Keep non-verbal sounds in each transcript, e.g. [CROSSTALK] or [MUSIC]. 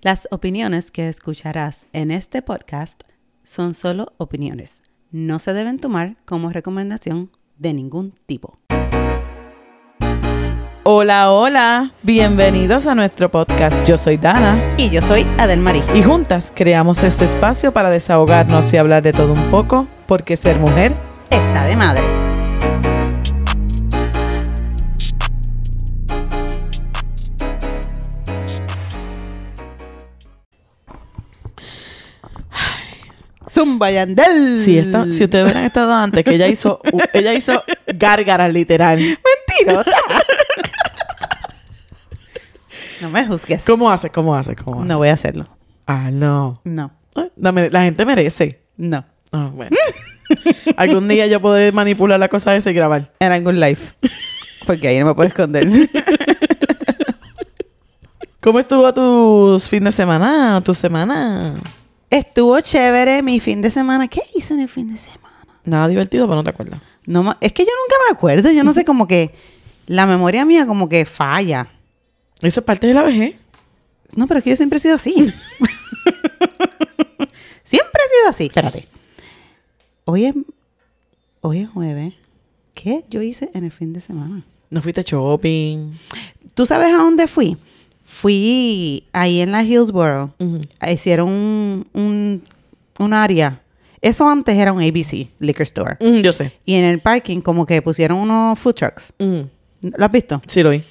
Las opiniones que escucharás en este podcast son solo opiniones. No se deben tomar como recomendación de ningún tipo. Hola, hola, bienvenidos a nuestro podcast. Yo soy Dana Y yo soy Adelmarí. y juntas creamos este espacio para desahogarnos y hablar de todo un poco, porque ser mujer, Está de madre. zumba yandel. Si, esta- si ustedes hubieran estado antes, que ella hizo, u- ella hizo gárgaras literal. Mentirosa. [LAUGHS] No me juzgues. ¿Cómo hace? ¿Cómo hace? ¿Cómo hace? No voy a hacerlo. Ah, no. No, Ay, La, mere- la gente merece. no. Ah, bueno. Algún día yo podré manipular la cosa esa y grabar. En algún live. Porque ahí no me puedo esconder. ¿Cómo estuvo tu fin de semana? ¿Tu semana? [LAUGHS] Estuvo chévere mi fin de semana. ¿Qué hice en el fin de semana? Nada divertido, pero no te acuerdas. No, ma- es que yo nunca me acuerdo. Yo no sé, como que la memoria mía como que falla. Eso es parte de la vejez. No, pero es que yo siempre he sido así. [LAUGHS] siempre he sido así. Espérate. Hoy es, hoy es jueves. ¿Qué yo hice en el fin de semana? No fuiste shopping. ¿Tú sabes a dónde fui? Fui ahí en la Hillsborough. Hicieron un, un, un área. Eso antes era un ABC, liquor store. Mm, yo sé. Y en el parking como que pusieron unos food trucks. Mm, ¿Lo has visto? sí lo vi.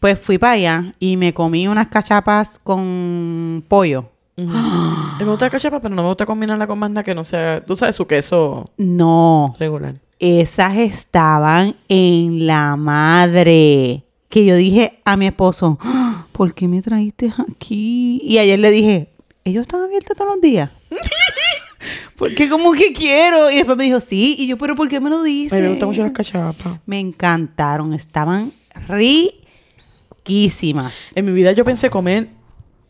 Pues fui para allá y me comí unas cachapas con pollo. Eh, [GASPS] Me gusta la cachapa, pero no me gusta combinarla con más nada que no sea... Tú sabes su queso No, regular. esas estaban en la madre. Que yo dije a mi esposo, "Ah, ¿por qué me trajiste aquí? Y ayer le dije, ellos están abiertos todos los [LAUGHS] días. Porque como que quiero. Y después me dijo, sí. Y yo, pero ¿por qué me lo Ay, dices? me gustan mucho las cachapas. Me encantaron, estaban riquísimas. En mi vida yo pensé comer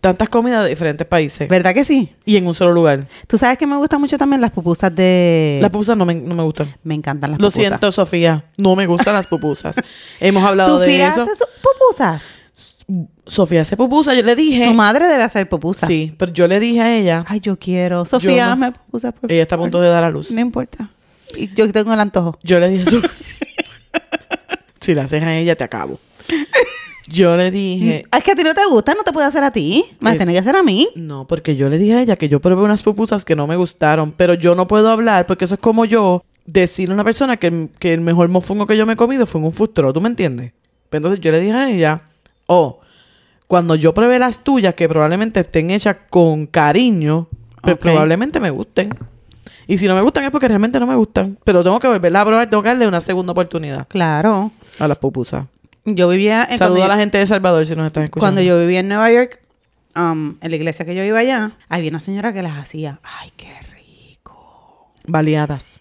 tantas comidas de diferentes países. ¿Verdad que sí? Y en un solo lugar. Tú sabes que me gustan mucho también las pupusas de... Las pupusas no me, no me gustan. me encantan las Lo pupusas. siento, Sofía. No me gustan [LAUGHS] las pupusas. Hemos hablado Sofía de eso. hace sus pupusas. Sofía hace pupusas. Yo le dije... Su madre debe hacer pupusas. Sí, pero yo le dije a ella... Ay, yo quiero. Sofía, no. hazme pupusas, por Ella está a favor. punto de dar a luz. No importa. Y Yo tengo el antojo. Yo le dije, "Su- [LAUGHS] si la haces a ella, te acabo. Yo le dije, Es que a ti no te gusta, no te puede hacer a ti. Me las Eh. Es- tiene que hacer a mí. no, porque yo le dije a ella que yo probé unas pupusas que no me gustaron, pero yo no puedo hablar porque eso es como yo decirle a una persona que, que el mejor mofongo que yo me he comido fue en un futuro, ¿tú me entiendes? Pero entonces yo le dije a ella, oh, cuando yo probé las tuyas, que probablemente estén hechas con cariño, pues Ok. probablemente me gusten. Y si no me gustan es porque realmente no me gustan. Pero tengo que volverla a probar, tengo que darle una segunda oportunidad Claro. a las pupusas. Yo vivía en Saludo Eh, cuando a la yo- gente de Salvador si nos están escuchando. Cuando yo vivía en Nueva York, um, en la iglesia que yo iba allá, había una señora que las hacía. Ay, qué rico. Baleadas.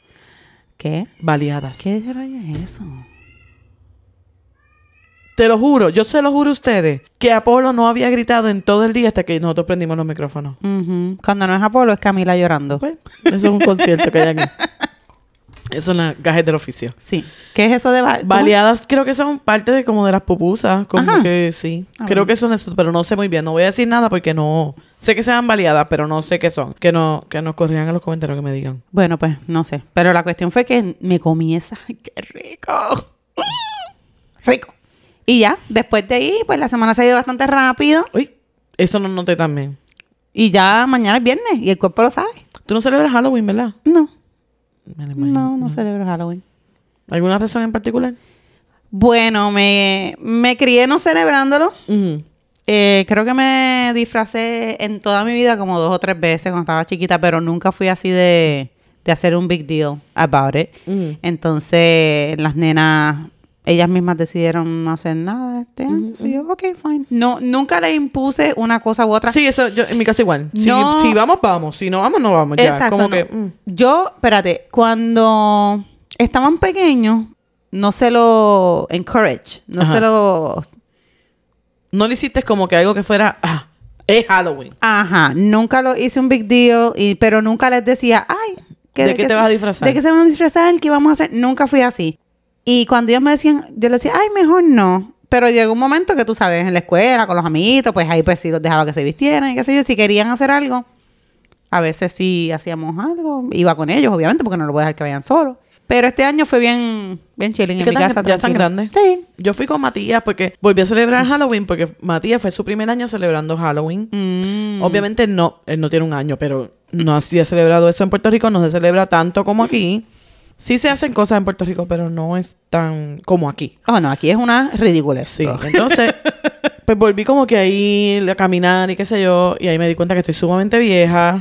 ¿Qué? Baleadas. ¿Qué rayo es eso? Te lo juro, yo se lo juro a ustedes que Apolo no había gritado en todo el día hasta que nosotros prendimos los micrófonos. Ujú. Cuando no es Apolo, es Camila llorando. Bueno, eso es un concierto que hay [LAUGHS] aquí. Eso es la gajes del oficio. Sí. ¿Qué es eso de ba- cómo? Baleadas creo que son parte de como de las pupusas, como Ajá. que sí. Ah, bueno. creo que son eso, pero no sé muy bien. No voy a decir nada porque no sé que sean baleadas, pero no sé qué son. Que no que nos corrían en los comentarios que me digan. Bueno, pues no sé. Pero la cuestión fue que me comí esa. [LAUGHS] ¡Ay, ¡Qué rico! rico. Y ya, después de ahí, pues la semana se ha ido bastante rápido. Uy, eso no noté también. Y ya mañana es viernes y el cuerpo lo sabe. Tú no celebras Halloween, ¿verdad? No, Me lo imagino. no, no celebro Halloween. ¿Alguna razón en particular? Bueno, me, me crié no celebrándolo. Eh, creo que me disfracé en toda mi vida como dos o tres veces cuando estaba chiquita, pero nunca fui así de, de hacer un big deal about it. Entonces, las nenas, ellas mismas decidieron no hacer nada este año. So, yo, ok, fine. No, nunca le impuse una cosa u otra. Sí, eso yo, en mi caso igual. Si, No. si vamos, vamos. Si no vamos, no vamos. Ya. Exacto. Como no. que. mm. Yo, espérate, cuando estaban pequeños, no se lo encourage, no Ajá. se lo... No le hiciste como que algo que fuera. Ah, es Halloween. Ajá, nunca lo hice un big deal, y, pero nunca les decía, ay, ¿De qué te se- vas a disfrazar? ¿De qué se van a disfrazar? ¿Qué vamos a hacer? Nunca fui así. Y cuando ellos me decían, yo les decía, ay, mejor no. Pero llegó un momento que tú sabes, en la escuela, con los amiguitos, pues ahí pues sí los dejaba que se vistieran y qué sé yo. Si querían hacer algo, a veces sí hacíamos algo. Iba con ellos, obviamente, porque no lo voy a dejar que vayan solos. Pero este año fue bien, bien chilling Es en que mi tan- casa. ya están tranquilo. grandes. Sí. Yo fui con Matías porque volví a celebrar Halloween porque Matías fue su primer año celebrando Halloween. Mm. Obviamente no, él no tiene un año, pero no así ha celebrado eso en Puerto Rico, no se celebra tanto como aquí. Sí se hacen cosas en Puerto Rico, pero no es tan como aquí. Oh, no, aquí es una ridícula. [LAUGHS] Sí, entonces, pues volví como que ahí a caminar y qué sé yo, y ahí me di cuenta que estoy [LAUGHS] sumamente vieja.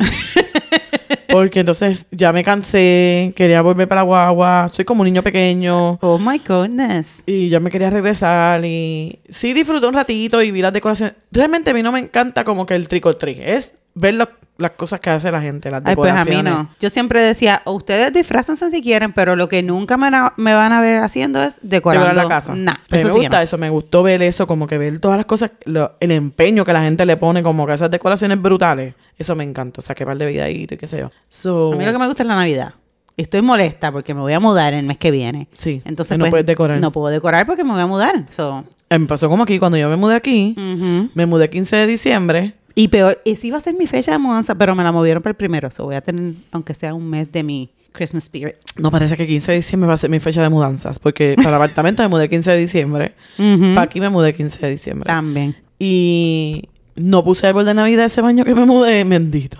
Porque entonces ya me cansé, quería volver para la guagua, soy como un niño pequeño. Oh my goodness. Y ya me quería regresar y sí disfruté un ratito y vi las decoraciones. Realmente a mí no me encanta como que el trick or treat. Es ver lo- las cosas que hace la gente, las Ay, pues a decoraciones. mí no. Yo siempre decía, ustedes disfrázense si quieren, pero lo que nunca me, na- me van a ver haciendo es decorando Decorar la casa. Nah, eso Pero me sí que gusta no. eso, me gustó ver eso, como que ver todas las cosas, lo- el empeño que la gente le pone como que a esas decoraciones brutales. Eso me encantó, o sea, que par de videitos y qué sé yo. So, A mí lo que me gusta es la Navidad. Y Estoy molesta porque me voy a mudar el mes que viene. Sí, Entonces que no pues, puedes decorar. No puedo decorar porque me voy a mudar. So, Eh, me pasó como aquí, cuando yo me mudé aquí, ujú. me mudé 15 de diciembre. Y peor, esa iba a ser mi fecha de mudanza, pero me la movieron para el primero. So voy a tener, aunque sea un mes de mi Christmas spirit. No parece que 15 de diciembre va a ser mi fecha de mudanzas, porque [LAUGHS] para el apartamento me mudé 15 de diciembre. Ujú. Pa' aquí me mudé 15 de diciembre. [LAUGHS] También. Y no puse árbol de Navidad ese baño que me mudé, bendito.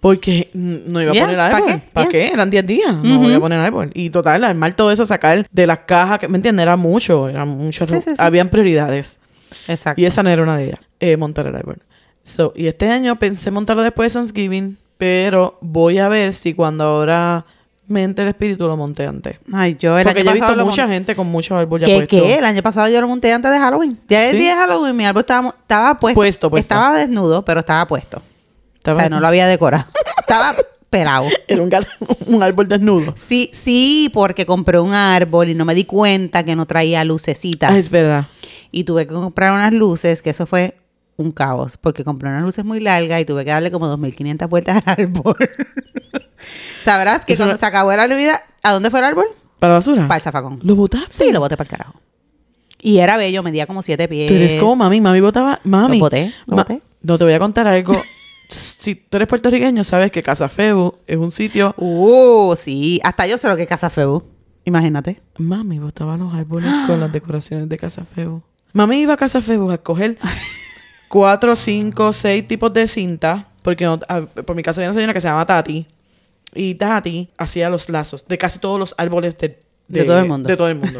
Porque mm, no iba a Ya, poner ¿pa' árbol. ¿Para qué? qué? Ya. Eran 10 días. No Ujú. voy a poner árbol. Y total, armar todo eso, sacar de las cajas, que, ¿me entiendes? Era mucho, era mucho. Sí, sí, sí. Habían prioridades. Exacto. Y esa no era una de ellas, eh, montar el árbol. So, y este año pensé montarlo después de Thanksgiving, pero voy a ver si cuando ahora me entre el espíritu lo monté antes. Ay, yo el Porque año yo he pasado visto lo mucha monté- gente con muchos árboles ya ¿Qué, puestos. qué? El año pasado yo lo monté antes de Halloween. Ya el ¿Sí? día de Halloween mi árbol estaba, mo- estaba puesto, Puesto, puesto. Estaba desnudo, pero estaba puesto. Estaba- O sea, no lo había decorado. [LAUGHS] estaba pelado. [LAUGHS] Era un, gal- [LAUGHS] un árbol desnudo. Sí, sí, porque compré un árbol y no me di cuenta que no traía lucecitas. Ah, es verdad. y tuve que comprar unas luces, que eso fue un caos, porque compré unas luces muy largas y tuve que darle como 2.500 vueltas [LAUGHS] al árbol. Sabrás que Eso cuando no- Ah. se acabó la vida, ¿a dónde fue el árbol? ¿Para la basura? Para el zafacón. ¿Lo botaste? Sí, lo boté para el carajo. Y era bello, medía como 7 pies. Tú eres como mami. Mami botaba... Mami. Lo boté, lo Ma- boté. No, te voy a [LAUGHS] contar algo. si tú eres puertorriqueño, sabes que Casa Febu es un sitio... Uh, sí. Hasta yo sé lo que es Casa Feu. Imagínate. Mami botaba los árboles con las decoraciones de Casa Febu. Mami iba a Casa Febu [LAUGHS] a escoger cuatro, cinco, seis tipos de cinta. Porque no- a- por mi casa había una señora que se llama Tati. Y Tati hacía los lazos de casi todos los árboles de... De todo el mundo. De todo el [LAUGHS] mundo.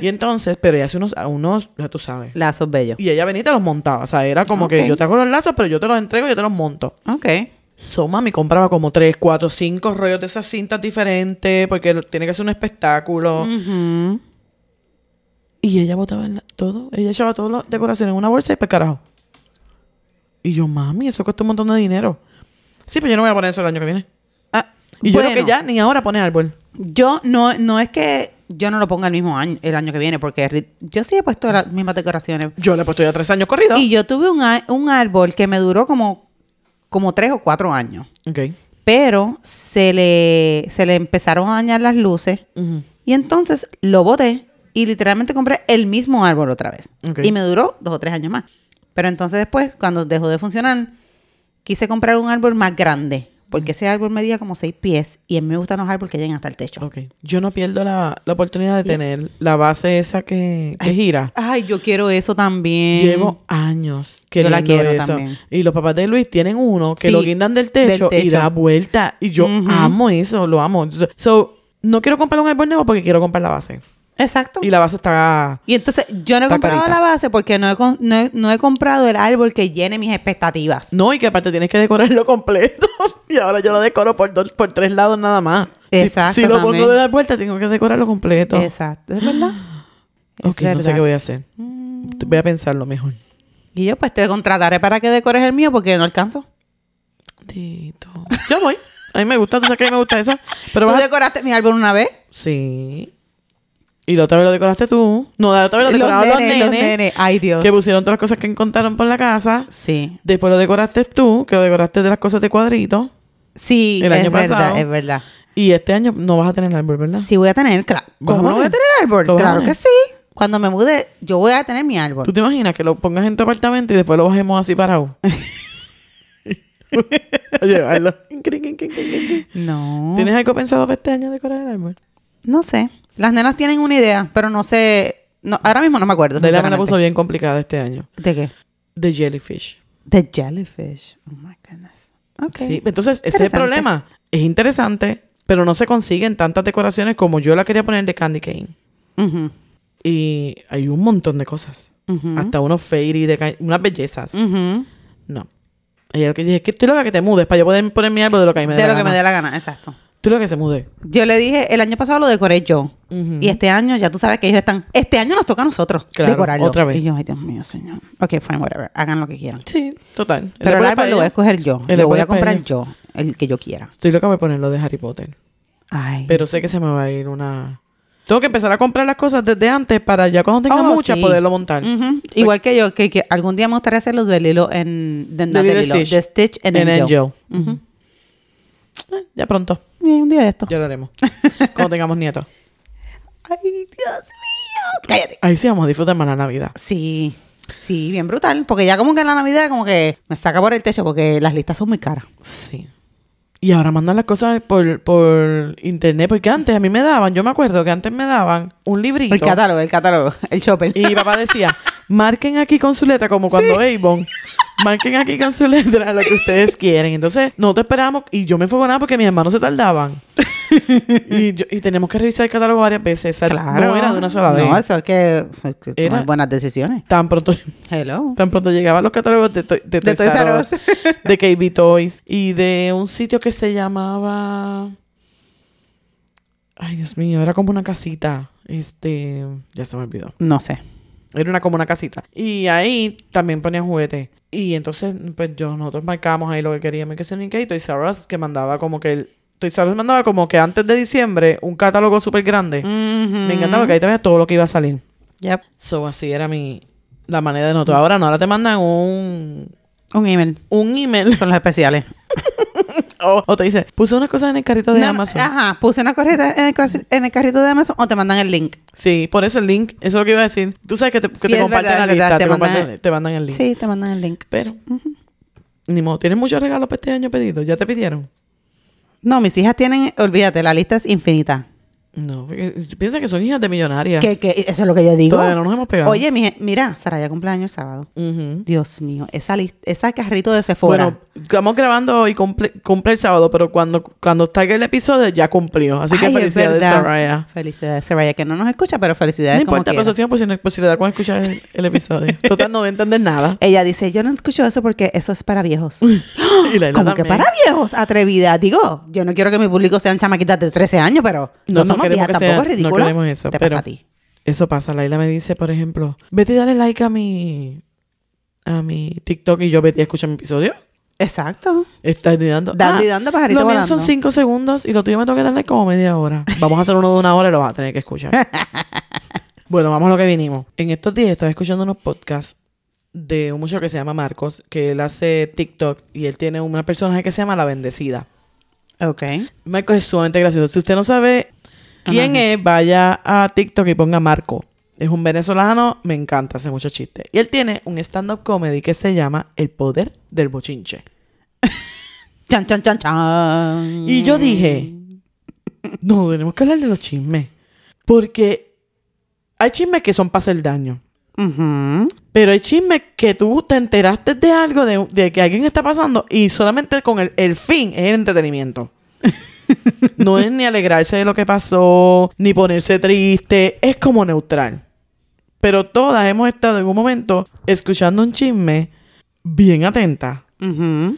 y entonces, pero ella hace unos, a unos, ya tú sabes. Lazos bellos. Y ella venía y te los montaba. O sea, era como Ok. que yo te hago los lazos, pero yo te los entrego y yo te los monto. Ok. So, mami compraba como tres, cuatro, cinco rollos de esas cintas diferentes porque lo- tiene que ser un espectáculo. Mm. Ujú. Y ella botaba en la- todo. Ella echaba todas las decoraciones en una bolsa y pues carajo. Y yo, mami, eso cuesta un montón de dinero. Sí, pero yo no voy a poner eso el año que viene. Ah, Y yo creo bueno. que ya ni ahora pone árbol. Yo no, no es que yo no lo ponga el mismo año, el año que viene, porque ri- yo sí he puesto las mismas decoraciones. Yo le he puesto ya tres años corrido. Y yo tuve un, a- un árbol que me duró como, como tres o cuatro años. Ok. Pero se le, se le empezaron a dañar las luces. Ujú. Y entonces lo boté y literalmente compré el mismo árbol otra vez. Ok. Y me duró dos o tres años más. Pero entonces después, cuando dejó de funcionar, quise comprar un árbol más grande. Porque ese árbol medía como seis pies. Y a mí me gustan los árboles que llegan hasta el techo. Ok. Yo no pierdo la, la oportunidad de tener la base esa que, que gira. Ay, yo quiero eso también. Llevo años Yo queriendo la quiero eso. también. Y los papás de Luis tienen uno que Sí, lo guindan del del techo, y techo. da vuelta. Y yo Ujú. amo eso, lo amo. So, no quiero comprar un árbol nuevo porque quiero comprar la base. Exacto. Y Y, la base está... entonces yo no he Está comprado carita. la base porque no he, con- no, he, no he comprado el árbol que llene mis expectativas. No, y que aparte tienes que decorarlo [LAUGHS] completo. y ahora yo lo decoro por dos, por tres lados nada más. Si- Exacto, Si, lo también. pongo de la vuelta, tengo que decorarlo completo. Exacto, es verdad. Es [GASPS] ok, no sé verdad. qué voy a hacer. Mm. Voy a pensarlo mejor. Y yo pues te contrataré para que decores el mío porque no alcanzo. Tito. Yo voy. A mí me gusta, tú sabes que a mí me gusta eso. Pero ¿Tú vas a- decoraste mi árbol una vez? Sí. Y la otra vez lo decoraste tú. No, la otra vez lo decoraron los, nenes, Ay, Dios. Que pusieron todas las cosas que encontraron por la casa. Sí. Después lo decoraste tú, que lo decoraste de las cosas de cuadrito. Sí, El es año verdad, pasado. es verdad. Y este año no vas a tener árbol, ¿verdad? Sí voy a tener, claro. ¿Vas a ¿Cómo no voy a poner? tener árbol? ¿Lo vas a Claro poner? que sí. Cuando me mude, yo voy a tener mi árbol. ¿Tú te imaginas que lo pongas en tu apartamento y después lo bajemos así [LAUGHS] parado? a llevarlo. Crin, crin, crin, crin, crin. No. ¿Tienes algo pensado para este año decorar el árbol? No sé. Las nenas tienen una idea, pero no sé. No, ahora mismo no me acuerdo. Dela me la sinceramente. puso bien complicada este año. ¿De qué? De jellyfish. De jellyfish. Oh my goodness. Ok. Sí, entonces ese es el Interesante. problema. Es interesante, pero no se consiguen tantas decoraciones como yo la quería poner de Candy Cane. Ujú, Y hay un montón de cosas. ujú, Hasta unos fairy, de ca- unas bellezas. ujú. No. Ella lo que dije es que estoy loca que te mudes para yo poder poner mi árbol de lo que a mí me dé De la lo que me gana. dé la gana, exacto. Tú lo que se mude. Yo le dije, el año pasado lo decoré yo. Y este año, ya tú sabes que ellos están. Este año nos toca a nosotros Claro, decorarlo. otra vez. Y yo, ay, Dios mío, señor. Ok, fine, whatever. Hagan lo que quieran. Sí, total. El Pero árbol el es para árbol lo voy a ella. escoger yo. El Lo árbol voy es a para comprar ella. yo, el que yo quiera. Estoy loca por ponerlo de Harry Potter. Ay. Pero sé que se me va a ir una... Tengo que empezar a comprar las cosas desde antes para ya cuando tenga Oh, muchas sí. poderlo montar. Ujú. Igual que yo, que, que algún día me gustaría hacer los de Lilo en. De, no, De de Lilo Lilo, Stitch. de Stitch en En Angel. Angel. Ujú. Eh, Ya pronto. Eh, un día de esto. Ya lo haremos. cuando tengamos nietos. Ay, Dios mío. Cállate. Ahí sí vamos a disfrutar más la Navidad. Sí, sí, bien brutal. Porque ya como que en la Navidad como que me saca por el techo porque las listas son muy caras. Sí. Y ahora mandan las cosas por, por internet. Porque antes a mí me daban, yo me acuerdo que antes me daban un librito. El catálogo, el catálogo, el shopper. Y mi papá decía, marquen aquí con su letra, como cuando Avon. Marquen aquí con su letra lo que ustedes quieren. Entonces, no te esperamos. Y yo me enfogonaba porque mis hermanos [LAUGHS] se tardaban. y, yo- y teníamos que revisar el catálogo varias veces. O sea, No era de una sola vez. No, eso es que, eso es que Era- tomar buenas decisiones. Tan pronto, Hello. tan pronto llegaban los catálogos de, Toy- de De Toys Toys R R Us, [LAUGHS] de KB Toys y de un sitio que se llamaba... Ay, Dios mío, era como una casita. Este, ya se me olvidó. No sé. Era una como una casita. Y ahí también ponían juguetes. Y entonces, pues yo, nosotros marcamos ahí lo que queríamos y que se ni qué. Y Toys R Us que mandaba como que el. Toys R Us mandaba como que antes de diciembre un catálogo súper grande. Me encantaba que ahí te veas todo lo que iba a salir. Yep. Mm. So, así era mi. La manera de nosotros. Ahora no, ahora te mandan un. Un email Un email. [LAUGHS] con los especiales. o, o te dice, puse unas cosas en el carrito de No, no, Amazon. Ajá, puse una correta en el, casi- en el carrito de Amazon o te mandan el link. Sí, por eso el link. Eso es lo que iba a decir. Tú sabes que te, que Sí, te es comparten verdad, la es verdad, lista. te Te, mandan- comparten- te mandan el link. Sí, te mandan el link. Pero, ni modo, tienes muchos regalos para este año pedidos. ¿Ya te pidieron? No, mis hijas tienen, olvídate, la lista es infinita. No, porque piensa que son hijas de millonarias. Que, que eso es lo que yo digo. Todavía no nos hemos pegado. Oye, mi- mira, Saraya cumpleaños el sábado. Ujú. Dios mío, esa, lis- esa carrito de Sephora. Bueno, estamos grabando hoy, cumple, cumple el sábado, pero cuando, cuando salga el episodio ya cumplió. Así que Ay, es felicidades, verdad. Saraya. Felicidades, Saraya, que no nos escucha, pero No felicidades como importa, quiera. pero si no, pues si no pues si le da con escuchar el, el episodio. Total, no va a [GASPS] entender nada. Ella dice, yo no escucho eso porque eso es para viejos. Y [LAUGHS] la Como que para viejos, atrevida. Digo, yo no quiero que mi público sean chamaquitas de 13 años, pero no, No, no somos queremos viejas, que tampoco sea- es no ridículo. queremos eso, Te pero- pasa a ti. Eso pasa. Laila me dice, por ejemplo, vete y dale like a mi, a mi TikTok y yo vete a escuchar mi episodio. Exacto. Estás dando. "Ah, Dando y dando, pajarito Lo mío volando. son cinco segundos y lo tuyo me tengo que darle como media hora. Vamos a hacer uno de una hora y lo vas a tener que escuchar. [LAUGHS] bueno, vamos a lo que vinimos. En estos días estaba escuchando unos podcasts de un muchacho que se llama Marcos, que él hace TikTok y él tiene un personaje que se llama La Bendecida. Ok. Marcos es sumamente gracioso. Si usted no sabe quién Ajá. es, vaya a TikTok y ponga Marco. Es un venezolano, me encanta, hace muchos chistes. Y él tiene un stand-up comedy que se llama El Poder del Bochinche. Chan, chan, chan, chan. Y yo dije, no, tenemos que hablar de los chismes. Porque hay chismes que son para hacer daño. Ujú. Pero hay chismes que tú te enteraste de algo, de, de que alguien está pasando, y solamente con el, el fin es el entretenimiento. no es ni alegrarse de lo que pasó, ni ponerse triste, es como neutral. Pero todas hemos estado en un momento escuchando un chisme bien atenta. Ujú.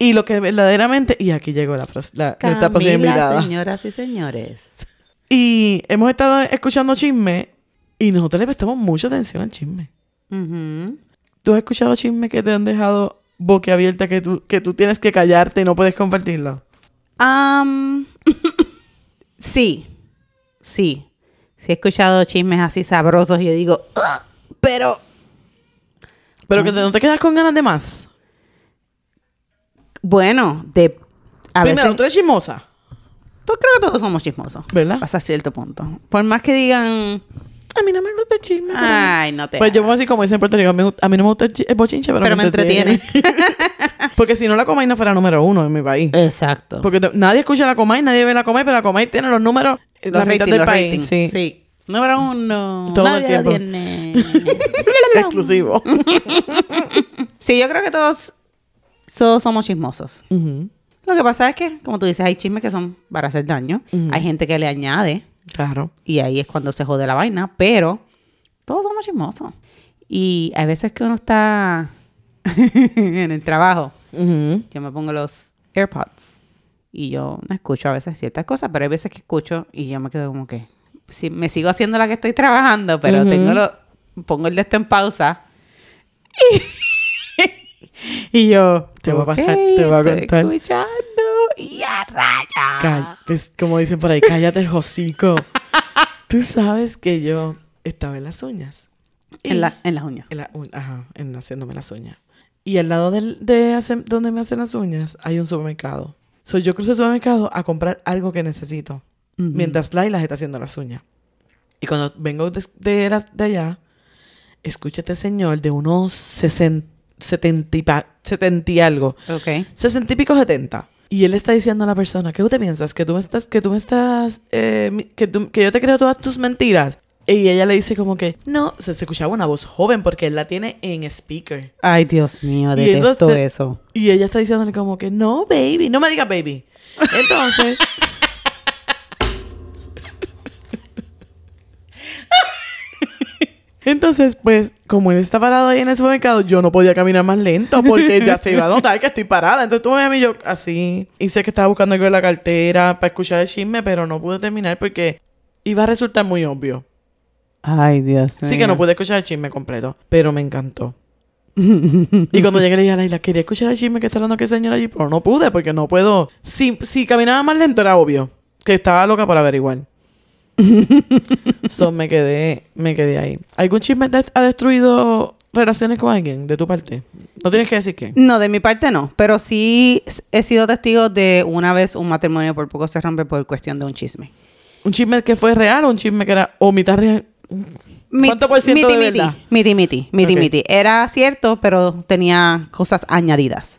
Y lo que verdaderamente, y aquí llegó la, pros- la- nuestra próxima Camila, invitada. señoras y señores. Y hemos estado escuchando chisme y nosotros le prestamos mucha atención al chisme. Ujú. ¿Tú has escuchado chisme que te han dejado boquiabierta que tú, que tú tienes que callarte y no puedes compartirlo? Am, [LAUGHS] sí, sí. Sí he escuchado chismes así sabrosos y yo digo, "Ugh", pero Pero que te- no te quedas con ganas de más. bueno, de a Primero, veces, tú eres chismosa, pues creo que todos somos chismosos ¿verdad? hasta cierto punto. Por más que digan, a mí no me gusta el chisme. pero- Ay, no te Pues yo hagas. así como dicen en Puerto Rico, a mí, a mí no me gusta el, chi- el bochinche, pero, Pero me entretiene. [LAUGHS] Porque si no la Comay no fuera número uno en mi país. Exacto. Porque te- nadie escucha la Comay, nadie ve la Comay, pero la Comay tiene los números, Los la mitad ratings, del los país. ratings. Sí. sí. Número uno. Todo Nadie el lo tiempo. [LAUGHS] tiene. [LAUGHS] Exclusivo. sí, yo creo que todos, todos somos chismosos. Ujú. Lo que pasa es que, como tú dices, hay chismes que son para hacer daño. Hay gente que le añade Claro. y ahí es cuando se jode la vaina, pero todos somos chismosos. Y hay veces que uno está [LAUGHS] en el trabajo, Ujú. yo me pongo los AirPods y yo no escucho a veces ciertas cosas, pero hay veces que escucho y yo me quedo como que, sí, me sigo haciendo la que estoy trabajando, pero Ujú. tengo lo, pongo el de esto en pausa. [LAUGHS] Y, yo, Te voy a ok, pasar, te voy a estoy contar. escuchando y a raya. Ca- pues, como dicen por ahí, cállate el [LAUGHS] hocico. Tú sabes que yo estaba en las uñas. Y- En, la, en las uñas. en la u- ajá, en haciéndome las uñas. Y al lado del- de hacer- donde me hacen las uñas hay un supermercado. So, yo cruzo el supermercado a comprar algo que necesito. Ujú. Mientras Laila está haciendo las uñas. Y cuando vengo de, de las- de allá, escucha este señor de unos 60, 70 y pa- 70 y algo. Ok. 60 y pico 70. Y él está diciendo a la persona, ¿qué tú te piensas? ¿Que tú me estás, que tú me estás, eh, mi- que, tú- que yo te creo todas tus mentiras? Y ella le dice como que, no, se, se escuchaba una voz joven porque él la tiene en speaker. Ay, Dios mío, Y detesto entonces- eso. Y ella está diciéndole como que, no, baby, no me digas baby. Entonces... [LAUGHS] Entonces, pues, como él está parado ahí en el supermercado, yo no podía caminar más lento porque ya se iba a notar que estoy parada. Entonces tú me ves a mí yo así. Y sé que estaba buscando algo en la cartera para escuchar el chisme, pero no pude terminar porque iba a resultar muy obvio. Ay, Dios Sí que no pude escuchar el chisme completo, pero me [LAUGHS] encantó. y cuando llegué le dije a Laila, quería escuchar el chisme que está hablando aquel señor allí, pero no pude porque no puedo. Si, si caminaba más lento era obvio que estaba loca para [LAUGHS] averiguar. so me quedé, me quedé ahí. ¿Algún chisme te ha destruido relaciones con alguien de tu parte? No tienes que decir quién. No, de mi parte no, pero sí s- he sido testigo de una vez un matrimonio por poco se rompe por cuestión de un chisme. ¿Un chisme que fue real o un chisme que era o mitad real? Mi- ¿Cuánto por ciento miti, de miti, verdad? Miti, miti, miti, Ok. miti. Era cierto, pero tenía cosas añadidas.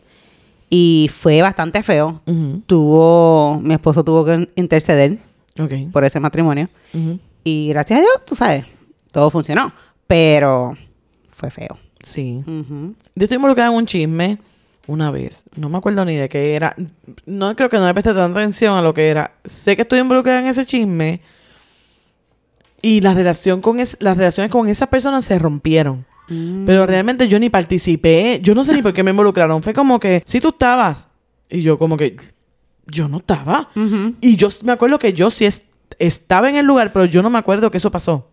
Y fue bastante feo. Ujú. Tuvo, mi esposo tuvo que interceder Ok. por ese matrimonio. Ujú. Y gracias a Dios, tú sabes, todo funcionó. Pero fue feo. Sí. Ujú. Yo estoy involucrada en un chisme una vez. No me acuerdo ni de qué era. No creo que no le presté tanta atención a lo que era. Sé que estoy involucrada en ese chisme. Y la relación con es- las relaciones con esas personas se rompieron. Pero realmente yo ni participé. Yo no sé ni por qué me involucraron. Fue como que, si tú estabas. Y yo como que, yo no estaba. Ujú. Y yo s- me acuerdo que yo sí es- estaba en el lugar, pero yo no me acuerdo que eso pasó.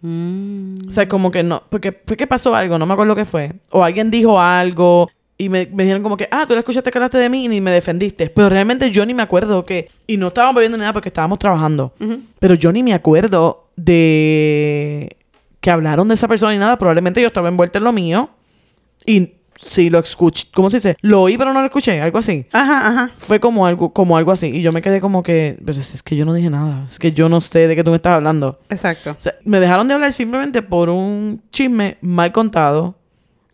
Mm. O sea, como que no, porque fue que pasó algo, no me acuerdo qué fue. O alguien dijo algo y me, me dijeron como que, ah, tú le escuchaste que hablaste de mí y ni me defendiste. Pero realmente yo ni me acuerdo que, y no estábamos bebiendo ni nada porque estábamos trabajando. Pero yo ni me acuerdo de que hablaron de esa persona ni nada. Probablemente yo estaba envuelta en lo mío y sí lo escuché, ¿cómo se dice? Lo oí pero no lo escuché, algo así. Ajá, ajá. Fue como algo, como algo así. Y yo me quedé como que, pero es que yo no dije nada. Es que yo no sé de qué tú me estás hablando. Exacto. O sea, me dejaron de hablar simplemente por un chisme mal contado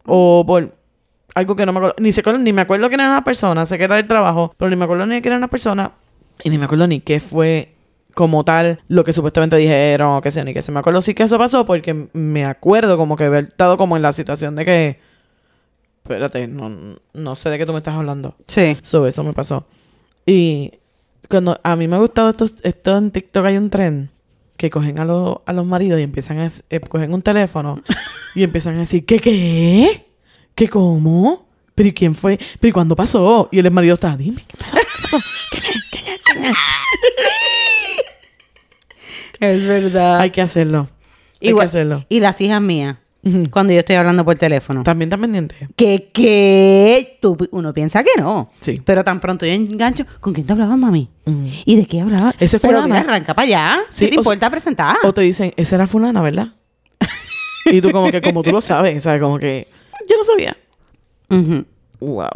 o por algo que no me acuerdo. Ni, se, acuerdo- ni me acuerdo quién era la persona, sé que era del trabajo, pero ni me acuerdo ni quién era la persona y ni me acuerdo ni qué fue como tal lo que supuestamente dijeron o qué sé, ni qué se me acuerdo. Sí que eso pasó porque me acuerdo como que haber estado como en la situación de que, espérate, no, no sé de qué tú me estás hablando. Sí. So, eso me pasó. Y cuando a mí me ha gustado esto, esto en TikTok hay un tren que cogen a, los a los maridos y empiezan a s- eh, cogen un [LAUGHS] teléfono y empiezan a decir, ¿qué qué? ¿Qué cómo? ¿Pero y quién fue? ¿Pero y cuándo pasó? Y el marido está, dime, ¿qué pasó? ¿Qué pasó? Es verdad. Hay que hacerlo. Hay Igual- que hacerlo. Y las hijas mías, Ujú. cuando yo estoy hablando por teléfono. También están pendientes. Que, que tú, uno piensa que no. Sí. Pero tan pronto yo engancho, ¿con quién te hablabas, mami? Ujú. ¿Y de qué hablabas? Ese es Pero fulana. mira, arranca para allá. Sí, ¿Qué te o- importa presentar? O te dicen, esa era fulana, ¿verdad? [LAUGHS] y tú como que, como tú lo sabes, ¿sabes? Como que, yo no sabía. Ujú. Wow.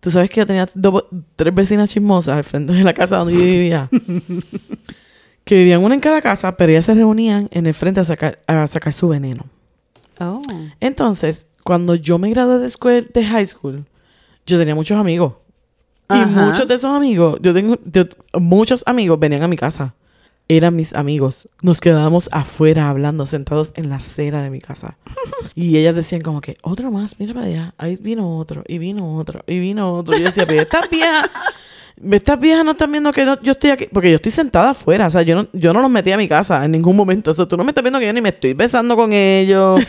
Tú sabes que yo tenía do- tres vecinas chismosas al frente de la casa donde yo vivía. que vivían una en cada casa, pero ellas se reunían en el frente a sacar, a sacar su veneno. Oh. Entonces, cuando yo me gradué de, escuel- de high school, yo tenía muchos amigos. Ajá. Y muchos de esos amigos, yo tengo yo- muchos amigos venían a mi casa. Eran mis amigos. Nos quedábamos afuera hablando, sentados en la acera de mi casa. Y ellas decían como que, otro más, mira para allá. Ahí vino otro, y vino otro, y vino otro. Y yo decía, pero estas viejas, estas viejas no están viendo que no- yo estoy aquí. Porque yo estoy sentada afuera. O sea, yo no, yo no los metí a mi casa en ningún momento. O sea, tú no me estás viendo que yo ni me estoy besando [LAUGHS] con ellos,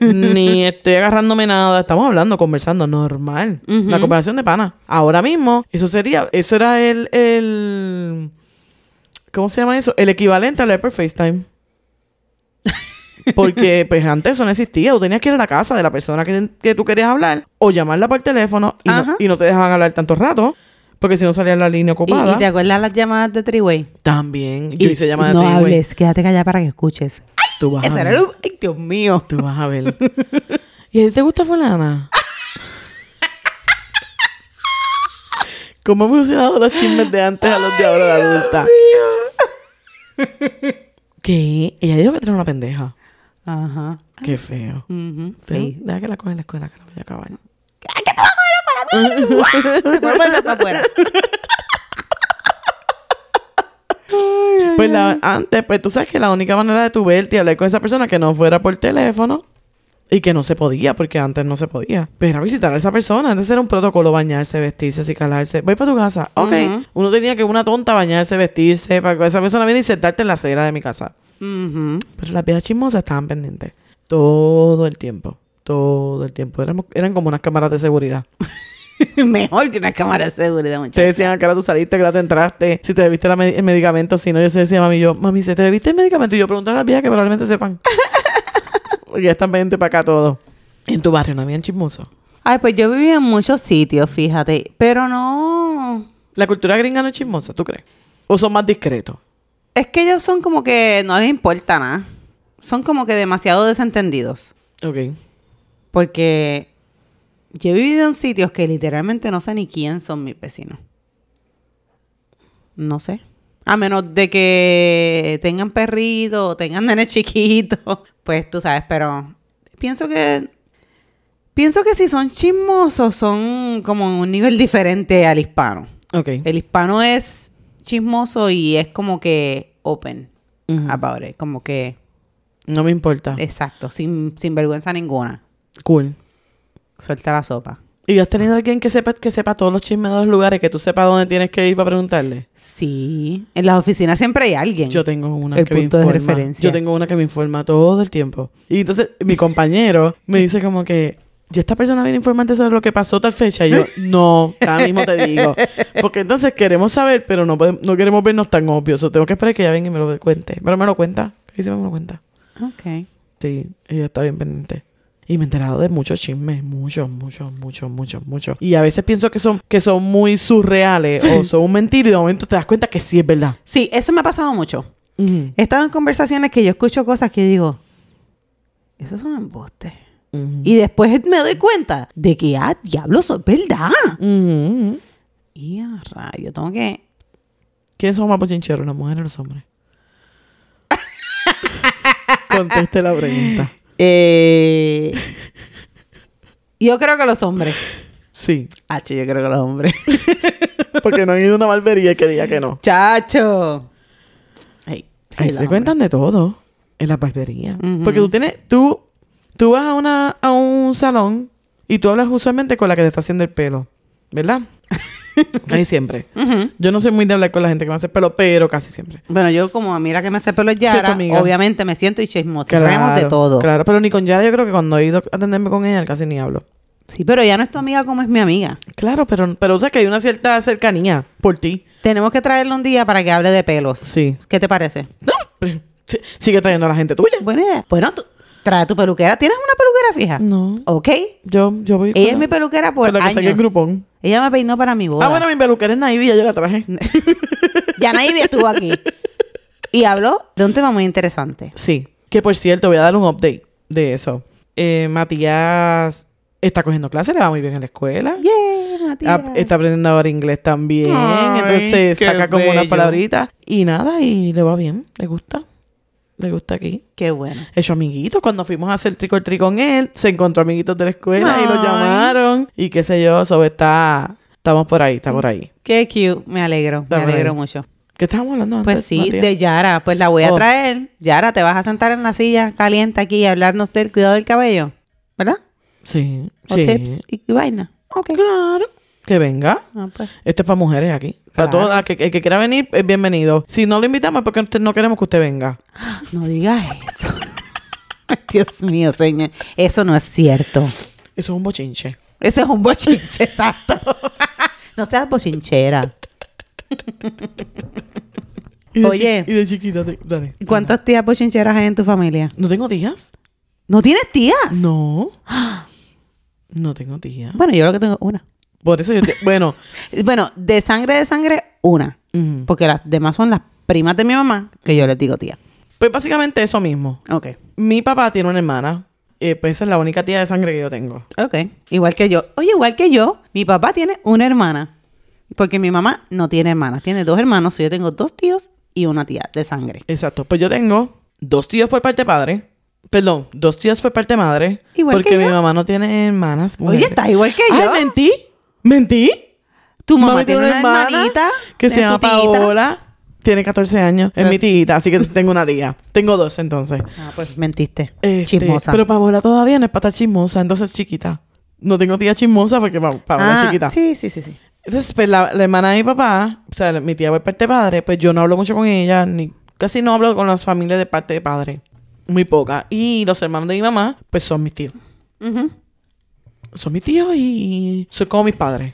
ni estoy agarrándome nada. Estamos hablando, conversando, normal. Ujú. La conversación de pana. Ahora mismo, eso sería, eso era el, el ¿cómo se llama eso? El equivalente al por FaceTime. [LAUGHS] Porque pues antes eso no existía. Tú tenías que ir a la casa de la persona que, que tú querías hablar o llamarla por teléfono y Ajá. no, y no te dejaban hablar tanto rato porque si no salía la línea ¿Y, ocupada. y te acuerdas las llamadas de Triway? También. Yo Y- hice llamada No de three-way. hables, quédate callada para que escuches. Tú vas Eso a era ver. el... ¡Ay, Dios mío! [LAUGHS] Tú vas a ver. ¿Y a ti te gusta fulana? ¿Cómo han evolucionado los chismes de antes a los de ahora de adulta? ¿Qué? Ella dijo que era una pendeja. Ajá. Qué feo. Ujú. Sí. [LAUGHS] Deja que la coge en la escuela, que la voy a acabar. Se fue por para afuera. Pues la- antes, pues tú sabes que la única manera de tu verte y hablar con esa persona que no fuera por teléfono y que no se podía, porque antes no se podía. Pero era visitar a esa persona. Antes era un protocolo bañarse, vestirse, acicalarse. Voy para tu casa. Ok. Ujú. Uno tenía que una tonta bañarse, vestirse, para que esa persona viene y sentarte en la acera de mi casa. Ujú. [LAUGHS] Pero las viejas chismosas estaban pendientes. Todo el tiempo. Todo el tiempo. Éramos- eran como unas cámaras de seguridad. Mejor que una cámara de seguridad, Te muchachos. decían, ¿a qué hora tú saliste? ¿A qué hora te entraste? Si te bebiste la me- el medicamento. Si no, yo se decía, mami, yo, mami, si te bebiste el medicamento. Y yo preguntaba a las viejas que probablemente sepan. [LAUGHS] Porque ya están pendientes para acá todo. En tu barrio no habían chismoso. Ay, pues yo vivía en muchos sitios, fíjate. Pero no. La cultura gringa no es chismosa, ¿tú crees? ¿O son más discretos? Es que ellos son como que no les importa nada. Son como que demasiado desentendidos. Ok. Porque yo he vivido en sitios que literalmente no sé ni quién son mis vecinos. No sé. A menos de que tengan perrito o tengan nenes chiquitos. [LAUGHS] Pues tú sabes, pero pienso que. Pienso que si son chismosos, son como en un nivel diferente al hispano. Ok. El hispano es chismoso y es como que open about it. Como que, No me importa. exacto, sin, sin vergüenza ninguna. Cool. Suelta la sopa. ¿Y has tenido alguien que sepa, que sepa todos los chismes de los lugares, que tú sepas dónde tienes que ir para preguntarle? Sí. En las oficinas siempre hay alguien. Yo tengo una El que me punto de informa. referencia. Yo tengo una que me informa todo el tiempo. Y entonces mi compañero me dice como que ¿Y esta persona viene a informarte sobre lo que pasó tal fecha? Y yo, no, ahora mismo te digo. Porque entonces queremos saber, pero no, podemos- no queremos vernos tan obvios. O tengo que esperar que ella venga y me lo cuente. Pero me lo cuenta. Y siempre me lo cuenta. Ok. Sí, ella está bien pendiente. Y me he enterado de muchos chismes, muchos, muchos, muchos, muchos, muchos. Y a veces pienso que son, que son muy surreales [LAUGHS] o son un mentira y de momento te das cuenta que sí es verdad. Sí, eso me ha pasado mucho. Ujú, He estado en conversaciones que yo escucho cosas que digo, eso son embustes. ujú, Y después me doy cuenta de que, ah, diablo, eso es verdad. ujú, ujú. Y a rayo, tengo que... ¿Quiénes son más bochincheros, las mujeres o los hombres? [LAUGHS] Conteste la pregunta. Eh, Yo creo que los hombres. Sí, Hacho, yo creo que los hombres. [LAUGHS] porque no han ido a una barbería que diga que no. Chacho. Ay, Ahí los se hombres. cuentan de todo en la barbería. Ujú. Porque tú tienes, tú, tú vas a, una, a un salón y tú hablas usualmente con la que te está haciendo el pelo, [LAUGHS] ¿verdad? Ahí siempre. Ujú. Yo no soy muy de hablar con la gente que me hace el pelo, pero casi siempre. Bueno, yo como mira que me hace pelo Sí, tu Yara, amiga. obviamente me siento y chismoteamos de todo. Claro, pero ni con Yara yo creo que cuando he ido a atenderme con ella casi ni hablo. Sí, pero ya no es tu amiga como es mi amiga. Claro, pero, pero o sea que hay una cierta cercanía por ti. Tenemos que traerlo un día para que hable de pelos. Sí. ¿Qué te parece? Sí, pues, Sigue trayendo a la gente tuya. Buena idea. Bueno, tú- trae tu peluquera. ¿Tienes una peluquera fija? No. Ok. Yo, yo voy. con Ella es la- mi peluquera por Mm. con la que saqué el años. grupón. Ella me peinó para mi boda. Ah, bueno, mi peluquera es Naive, ya yo la traje. Ya nadie estuvo aquí. Y habló de un tema muy interesante. [LAUGHS] Sí. Que por cierto, voy a dar un update de eso. Eh, Matías está cogiendo clases, le va muy bien en la escuela. Yay, una tía. Ah, está aprendiendo a hablar inglés también. Ay, Entonces qué saca como unas bello. palabritas. Y nada, y le va bien. Le gusta. Le gusta aquí. Qué bueno. Hecho amiguitos. Cuando fuimos a hacer trick or treat con él, se encontró amiguitos de la escuela y lo Ay. llamaron. Y qué sé yo, sobre está. Estamos por ahí, está por ahí. Qué cute. Me alegro. Está me alegro bueno. mucho. ¿Qué estábamos hablando antes? Pues sí, Matías? de Yara. Pues la voy a Oh. traer. Yara, te vas a sentar en la silla caliente aquí y hablarnos del cuidado del cabello. ¿Verdad? Sí, O sí. tips y, y vaina. Ok. Claro. Que venga. Ah, pues. Este es para mujeres aquí. Claro. Para todas. las que- El que quiera venir, es bienvenido. Si no lo invitamos, es porque usted- no queremos que usted venga. No digas eso. [LAUGHS] Dios mío, señor. Eso no es cierto. Eso es un bochinche. Eso es un bochinche, exacto. [LAUGHS] no seas bochinchera. Y de Oye. chi- y de chiquita, te- dale. ¿Y ¿Cuántas tías bochincheras hay en tu familia? ¿No tengo tías? ¿No tienes tías? [GASPS] No. No tengo tías. Bueno, yo lo que tengo una. Por eso yo te... [LAUGHS] Bueno. Bueno, de sangre de sangre, una. mm, Porque las demás son las primas de mi mamá, que yo les digo tía. Pues básicamente eso mismo. Ok. Mi papá tiene una hermana. eh, pues esa es la única tía de sangre que yo tengo. Ok. Igual que yo. Oye, igual que yo, mi papá tiene una hermana. Porque mi mamá no tiene hermanas. Tiene dos hermanos. y Yo tengo dos tíos y una tía de sangre. Exacto. Pues yo tengo dos tíos por parte de padre. Perdón, dos tíos por parte de madre. Igual que porque mi yo. mamá no tiene hermanas. Oye, estás igual que Ay, yo. mentí. ¿Mentí? Tu mamá, Mami tiene una, hermanita. que es se llama tu tita. Paola. Tiene 14 años. Es Ah. mi tita, así que [LAUGHS] tengo una tía. Tengo dos entonces. Ah, pues mentiste. Este, Chismosa. Pero Paola todavía no es para estar chismosa, entonces es chiquita. No tengo tía chismosa porque Pa- Paola Ah, es chiquita. Sí, sí, sí, sí. Entonces, pues, la, la hermana de mi papá, o sea, la- mi tía por parte de padre, pues yo no hablo mucho con ella, ni casi no hablo con las familias de parte de padre. Muy poca. Y los hermanos de mi mamá, pues son mis tíos. Ujú. Son mis tíos y son como mis padres.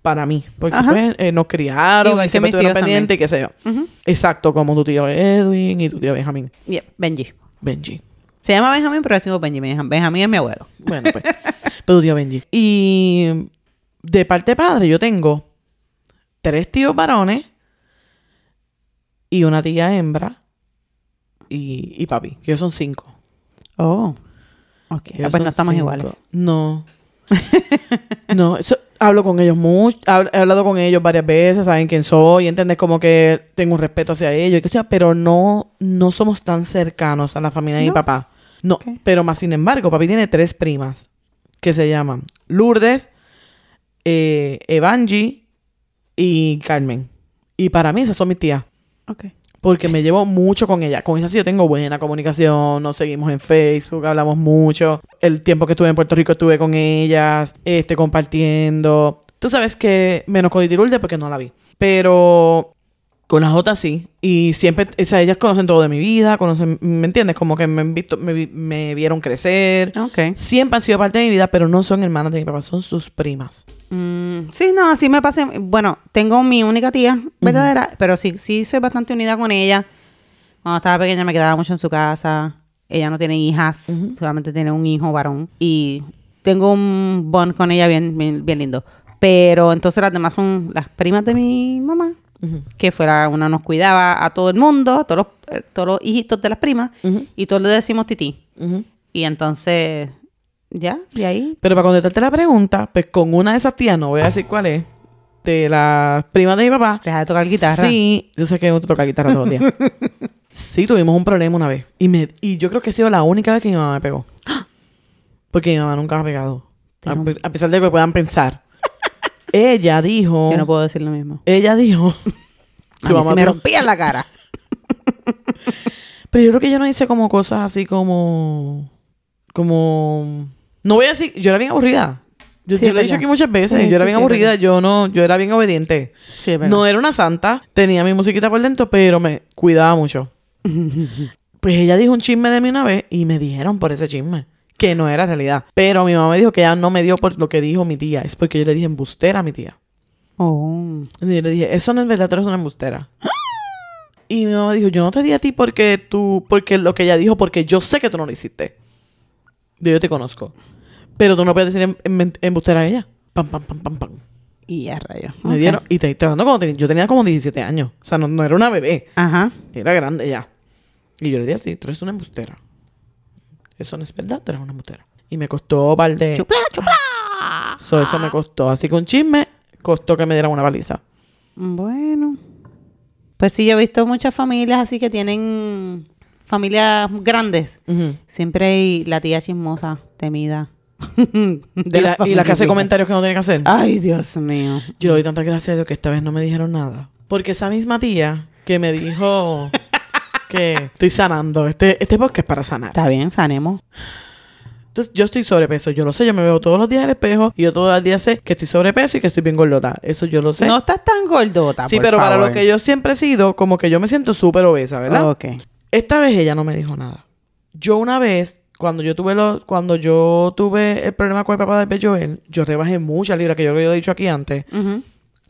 Para mí. Porque Ajá. pues, eh, nos criaron, Igual y que siempre mis estuvieron tíos pendientes y qué sé yo. Ujú. Exacto, como tu tío Edwin y tu tío Benjamín. Yeah, Benji. Benji. Se llama Benjamín, pero decimos Benji. Benjam- Benjamín es mi abuelo. Bueno, pues. pero tu tío Benji. Y de parte de padre, yo tengo tres tíos varones y una tía hembra y, y papi, que ellos son cinco. Oh. Ok. Ellos Ah, pues son no estamos cinco. iguales. [LAUGHS] No. no, eso- hablo con ellos mucho, hab- he hablado con ellos varias veces, saben quién soy, entendés como que tengo un respeto hacia ellos, y que sea, pero no, no somos tan cercanos a la familia de mi No. papá. No, Ok. pero más sin embargo, papi tiene tres primas que se llaman Lourdes, eh, Evangi y Carmen. Y para mí esas son mis tías. Ok. Porque me llevo mucho con ella. Con ella sí yo tengo buena comunicación. Nos seguimos en Facebook, hablamos mucho. El tiempo que estuve en Puerto Rico estuve con ellas, este, compartiendo. Tú sabes que menos con Ditirulde porque no la vi. Pero con las otras sí. Y siempre, o sea, ellas conocen todo de mi vida, conocen, ¿me entiendes? Como que me, han visto- me, vi- me vieron crecer. Ok. Siempre han sido parte de mi vida, pero no son hermanas de mi papá, son sus primas. Mm, sí, no, así me pasé. Bueno, tengo mi única tía verdadera, pero sí, sí soy bastante unida con ella. Cuando estaba pequeña me quedaba mucho en su casa. Ella no tiene hijas, solamente tiene un hijo varón. Y tengo un bond con ella bien, bien, bien lindo. Pero entonces las demás son las primas de mi mamá, que fue la una nos cuidaba a todo el mundo, a todos los, eh, todos los hijitos de las primas, Ujú. y todos le decimos tití. Y entonces, ya, y ahí Pero para contestarte la pregunta, pues con una de esas tías, no voy a decir cuál es, de las primas de mi papá. deja de tocar guitarra. Sí, yo sé que no te toca guitarra [LAUGHS] todos los días. sí, tuvimos un problema una vez. Y, me, y yo creo que ha sido la única vez que mi mamá [GASPS] me pegó. Porque mi mamá nunca me ha pegado. A, Pero- pe- a pesar de que [LAUGHS] puedan pensar. Ella dijo. Yo no puedo decir lo mismo. Ella dijo. [LAUGHS] A mí Tu mamá se me tuvo- rompía la cara. Pero yo creo que yo no hice como cosas así como. Como. No voy a decir. Yo era bien aburrida. Yo, Sí, yo es lo he dicho verdad. aquí muchas veces. Sí, yo era sí, bien sí, es aburrida. verdad. Yo no. Yo era bien obediente. Sí, es No era una santa. Tenía mi musiquita por dentro, pero me cuidaba [LAUGHS] mucho. Pues ella dijo un chisme de mí una vez y me dijeron por ese chisme. Que no era realidad. Pero mi mamá me dijo que ella no me dio por lo que dijo mi tía. Es porque yo le dije embustera a mi tía. Oh. Y yo le dije, eso no es verdad, tú eres una embustera. Y mi mamá dijo, yo no te di a ti porque tú, porque lo que ella dijo, porque yo sé que tú no lo hiciste. Yo, yo te conozco. Pero tú no puedes decir em- em- embustera a ella. Pam, pam, pam, pam, pam. Y a rayo. Me Ok. dieron, y te estoy hablando cuando tenía- yo tenía como 17 años. O sea, no, no era una bebé, Ajá. era grande ya. Y yo le dije así, tú eres una embustera. Eso no es verdad, Eh. tú eres una embustera. Y me costó un par de... Chupla, chupla. So, eso me costó. Así que un chisme costó que me dieran una paliza. Bueno. Pues sí, yo he visto muchas familias así que tienen familias grandes. Ujú. Siempre hay la tía chismosa, temida. [LAUGHS] Y, la, y la que hace comentarios. comentarios que no tiene que hacer. Ay, Dios mío. Yo doy tantas gracias a Dios que esta vez no me dijeron nada. Porque esa misma tía que [LAUGHS] me dijo que estoy sanando. Este, este podcast es para sanar. Está bien, sanemos. Entonces, yo estoy sobrepeso. Yo lo sé. Yo me veo todos los días al espejo. Y yo todos los días sé que estoy sobrepeso y que estoy bien gordota. Eso yo lo sé. No estás tan gordota. sí, por pero para favor. lo que yo siempre he sido, como que yo me siento súper obesa, ¿verdad? Ok. Esta vez ella no me dijo nada. Yo una vez, cuando yo tuve los, cuando yo tuve el problema con el papá de Joel, yo rebajé muchas libras, que yo lo he dicho aquí antes. Ujú.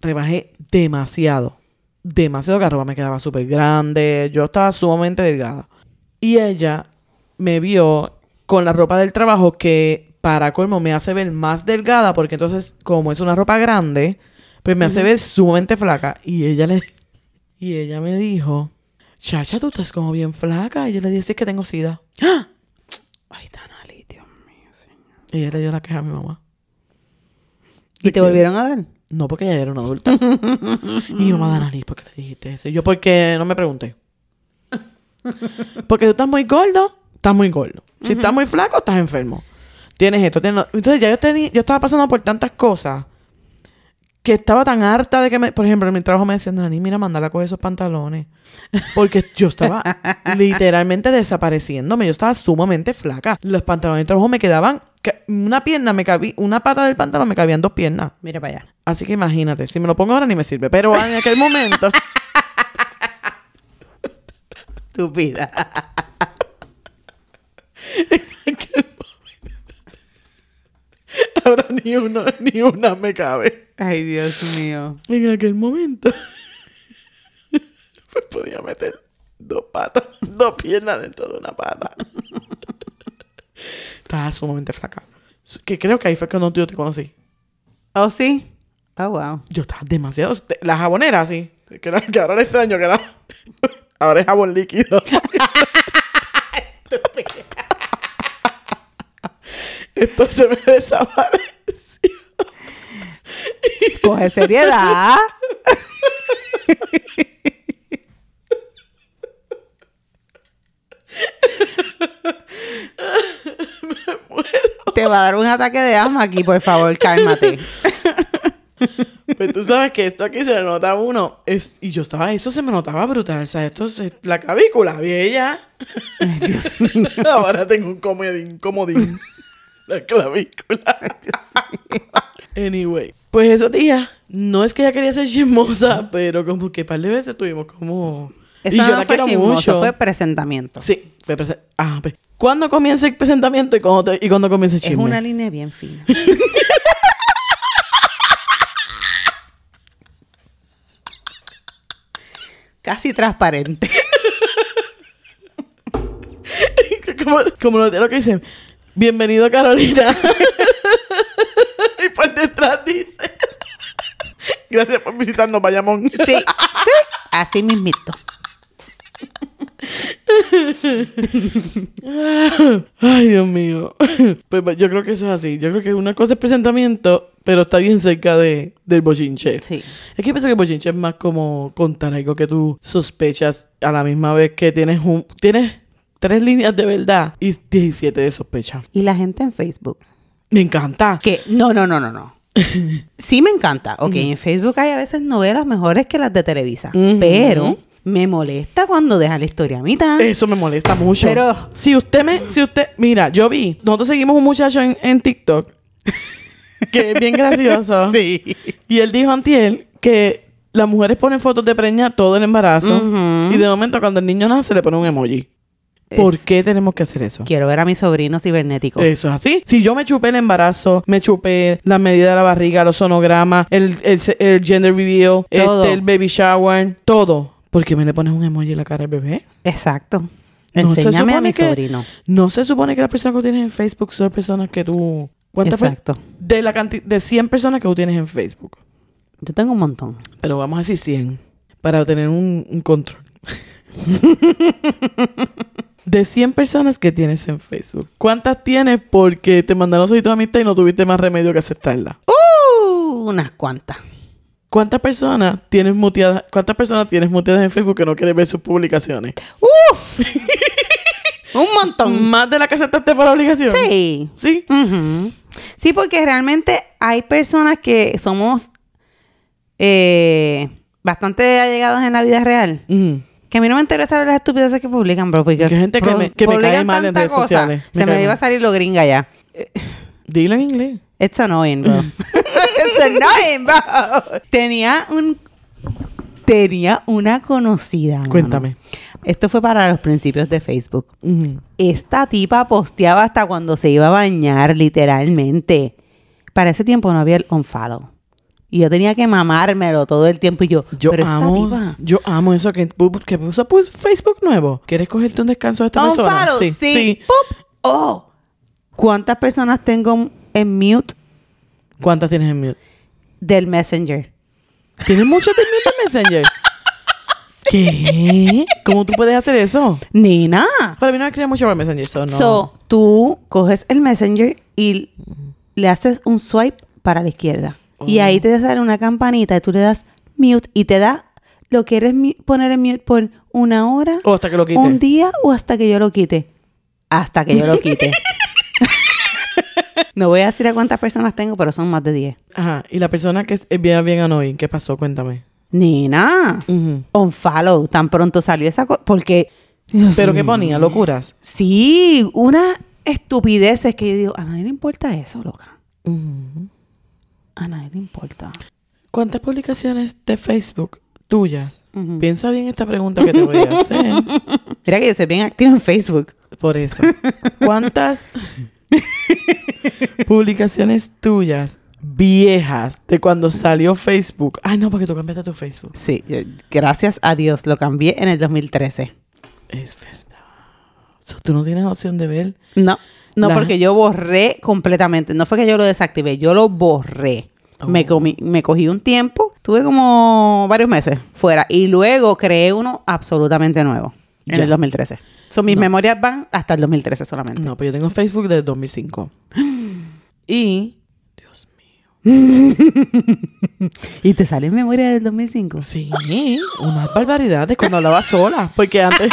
Rebajé demasiado. Demasiado que la ropa me quedaba súper grande. Yo estaba sumamente delgada. Y ella me vio con la ropa del trabajo que para colmo me hace ver más delgada porque entonces como es una ropa grande, pues me hace ver sumamente flaca. Y ella le... Y ella me dijo, Chacha, tú estás como bien flaca. Y yo le dije, sí, es que tengo sida. ¡Ah! Ay, Tanali, Dios mío, señor. Y ella le dio la queja a mi mamá. ¿Y te volvieron a dar? No, porque ella era una adulta. y mi mamá, Danalis, ¿por qué le dijiste eso? Y yo, porque no me pregunté. Porque tú estás muy gordo, estás muy gordo. Si estás muy flaco, estás enfermo. Tienes esto, tienes lo- Entonces ya yo, tenía, yo estaba pasando por tantas cosas que estaba tan harta de que, me, por ejemplo, en mi trabajo me decían, Danalis, mira, mándala con esos pantalones. Porque yo estaba literalmente desapareciéndome. Yo estaba sumamente flaca. Los pantalones de trabajo me quedaban... ca- Una pierna me cabía... Una pata del pantalón me cabían dos piernas. Mira para allá. Así que imagínate, si me lo pongo ahora ni me sirve, pero en aquel momento [LAUGHS] Estúpida. [LAUGHS] ahora ni uno ni una me cabe. Ay, Dios mío. En aquel momento [LAUGHS] pues podía meter dos patas, dos piernas dentro de una pata. [LAUGHS] Estaba sumamente flaca. Que creo que ahí fue cuando yo te conocí. ¿Oh, sí? Oh, wow. Yo estaba demasiado. La jabonera, sí. Que, la- que ahora le extraño, que la- [LAUGHS] ahora es jabón [LAUGHS] líquido. [LAUGHS] Esto se me desapareció. Coge seriedad. Te va a dar un ataque de asma aquí, por favor, cálmate. Pues tú sabes que esto aquí se le nota a uno. Es, y yo estaba, eso se me notaba brutal. O sea, esto es es la clavícula, bella. [LAUGHS] Ay, Dios mío. [LAUGHS] Ahora tengo un [LAUGHS] comodín, comodín. La clavícula. Anyway. Pues esos días, no es que ella quería ser chismosa, pero como que par de veces tuvimos como... Eso y yo no la fue quiero chismoso, mucho. fue presentamiento. Sí, fue presen- Ah, pues. ¿Cuándo comienza el presentamiento y cuándo, te- y cuándo comienza el es chisme? una línea bien fina. [LAUGHS] Casi transparente. [LAUGHS] [LAUGHS] como, como lo, lo que dicen, bienvenido Carolina. [LAUGHS] y por detrás dice, [LAUGHS] gracias por visitarnos, Bayamón. Sí, [LAUGHS] sí, así mismito. Ay, Dios mío. [LAUGHS] Pues pues, yo creo que eso es así. Yo creo que una cosa es presentamiento, pero está bien cerca de, del bochinche. Sí. Es que pienso que el bochinche es más como contar algo que tú sospechas a la misma vez que tienes un... Tienes tres líneas de verdad y 17 de sospecha. Y la gente en Facebook. Me encanta. Que, no, no, no, no, no. Sí me encanta. Ok, en Facebook hay a veces novelas mejores que las de Televisa. Ujú. Pero me molesta cuando deja la historia a mitad. Eso me molesta mucho. Pero- si usted me, si usted, mira, yo vi, nosotros seguimos un muchacho en, [LAUGHS] en TikTok que es bien gracioso. Sí. Y él dijo antiel que las mujeres ponen fotos de preña todo el embarazo Ujú. y de momento cuando el niño nace le ponen un emoji. ¿Por Es- qué Eh. tenemos que hacer eso? Quiero ver a mi sobrino cibernético. Eso es así. Si yo me chupé el embarazo, me chupé la medida de la barriga, los sonogramas, el, el, el gender reveal, Todo. este, el baby shower, todo. ¿Por qué me le pones un emoji en la cara al bebé? Exacto. No se Enséñame a supone mi que- sobrino. No se supone que las personas que tú tienes en Facebook son personas que tú... ¿Cuántas per- Exacto. De la cantidad de 100 personas que tú tienes en Facebook. Yo tengo un montón. Pero vamos a decir 100 para tener un, un control. [LAUGHS] de 100 personas que tienes en Facebook, ¿cuántas tienes porque te mandaron solicitud de amistad y no tuviste más remedio que aceptarla? ¡Uh! Unas cuantas. ¿Cuántas personas tienes muteadas, cuántas personas tienes muteadas en Facebook que no quieren ver sus publicaciones? [LAUGHS] ¡Uf! Un montón. Más de la que aceptaste por obligación. Mm. Sí. Sí. Ujú. Sí, porque realmente hay personas que somos eh, bastante allegadas en la vida real. Ujú. Que a mí no me interesa ver las estupideces que publican, bro. Porque Porque hay gente que pro- me- que me publican cae mal en tanta redes cosa. sociales. Me Se me cae iba mal. a salir lo gringa ya. Dilo en inglés. It's annoying, bro. Mm. [LAUGHS] It's annoying, bro. Tenía un... Tenía una conocida. mano. Cuéntame. Esto fue para los principios de Facebook. Ujú. Esta tipa posteaba hasta cuando se iba a bañar, literalmente. Para ese tiempo no había el unfollow. Y yo tenía que mamármelo todo el tiempo. Y yo, Yo pero amo, esta tipa. yo amo eso que, pu- que puso pues, Facebook nuevo. ¿Quieres cogerte un descanso de esta persona? Unfollow, sí. Pup. Oh, ¿cuántas personas tengo en mute ¿Cuántas tienes en mute? del Messenger? ¿Tienes muchas en mute en [LAUGHS] Messenger? ¿Qué? ¿Cómo tú puedes hacer eso? Nina. Para mí no me escribe mucho por Messenger, so no. So, tú coges el Messenger y le haces un swipe para la izquierda. Y Oh. ahí te sale una campanita y tú le das mute y te da lo que eres poner en mute por una hora, o hasta que lo quite. un día o hasta que yo lo quite. Hasta que yo lo [LAUGHS] quite. no voy a decir a cuántas personas tengo, pero son más de 10. Ajá. Y la persona que es es bien, bien annoying, ¿qué pasó? Cuéntame. Nina, Ujú. unfollow, tan pronto salió esa cosa. Porque. Dios ¿Pero qué mío. ponía? ¿Locuras? Sí, unas estupideces que yo digo, a nadie le importa eso, loca. A nadie le importa. ¿Cuántas publicaciones de Facebook tuyas? Ujú. Piensa bien esta pregunta que te voy a hacer. [LAUGHS] Mira que yo soy bien activa en Facebook. Por eso. [LAUGHS] ¿Cuántas publicaciones tuyas viejas de cuando salió Facebook? Ay, no, porque tú cambiaste tu Facebook. Sí, yo- gracias a Dios lo cambié en el 2013. Es verdad. So, tú no tienes opción de ver. No, no La- porque yo borré completamente. No fue que yo lo desactivé, yo lo borré. Me, Oh. comí- me cogí un tiempo, tuve como varios meses fuera y luego creé uno absolutamente nuevo en Ya. el 2013. So, mis No. memorias van hasta el 2013 solamente. No, pero yo tengo Facebook desde 2005. Y. Dios mío. [LAUGHS] Y te sale en memoria del 2005. Sí, unas barbaridades cuando hablaba sola. Porque [LAUGHS] antes.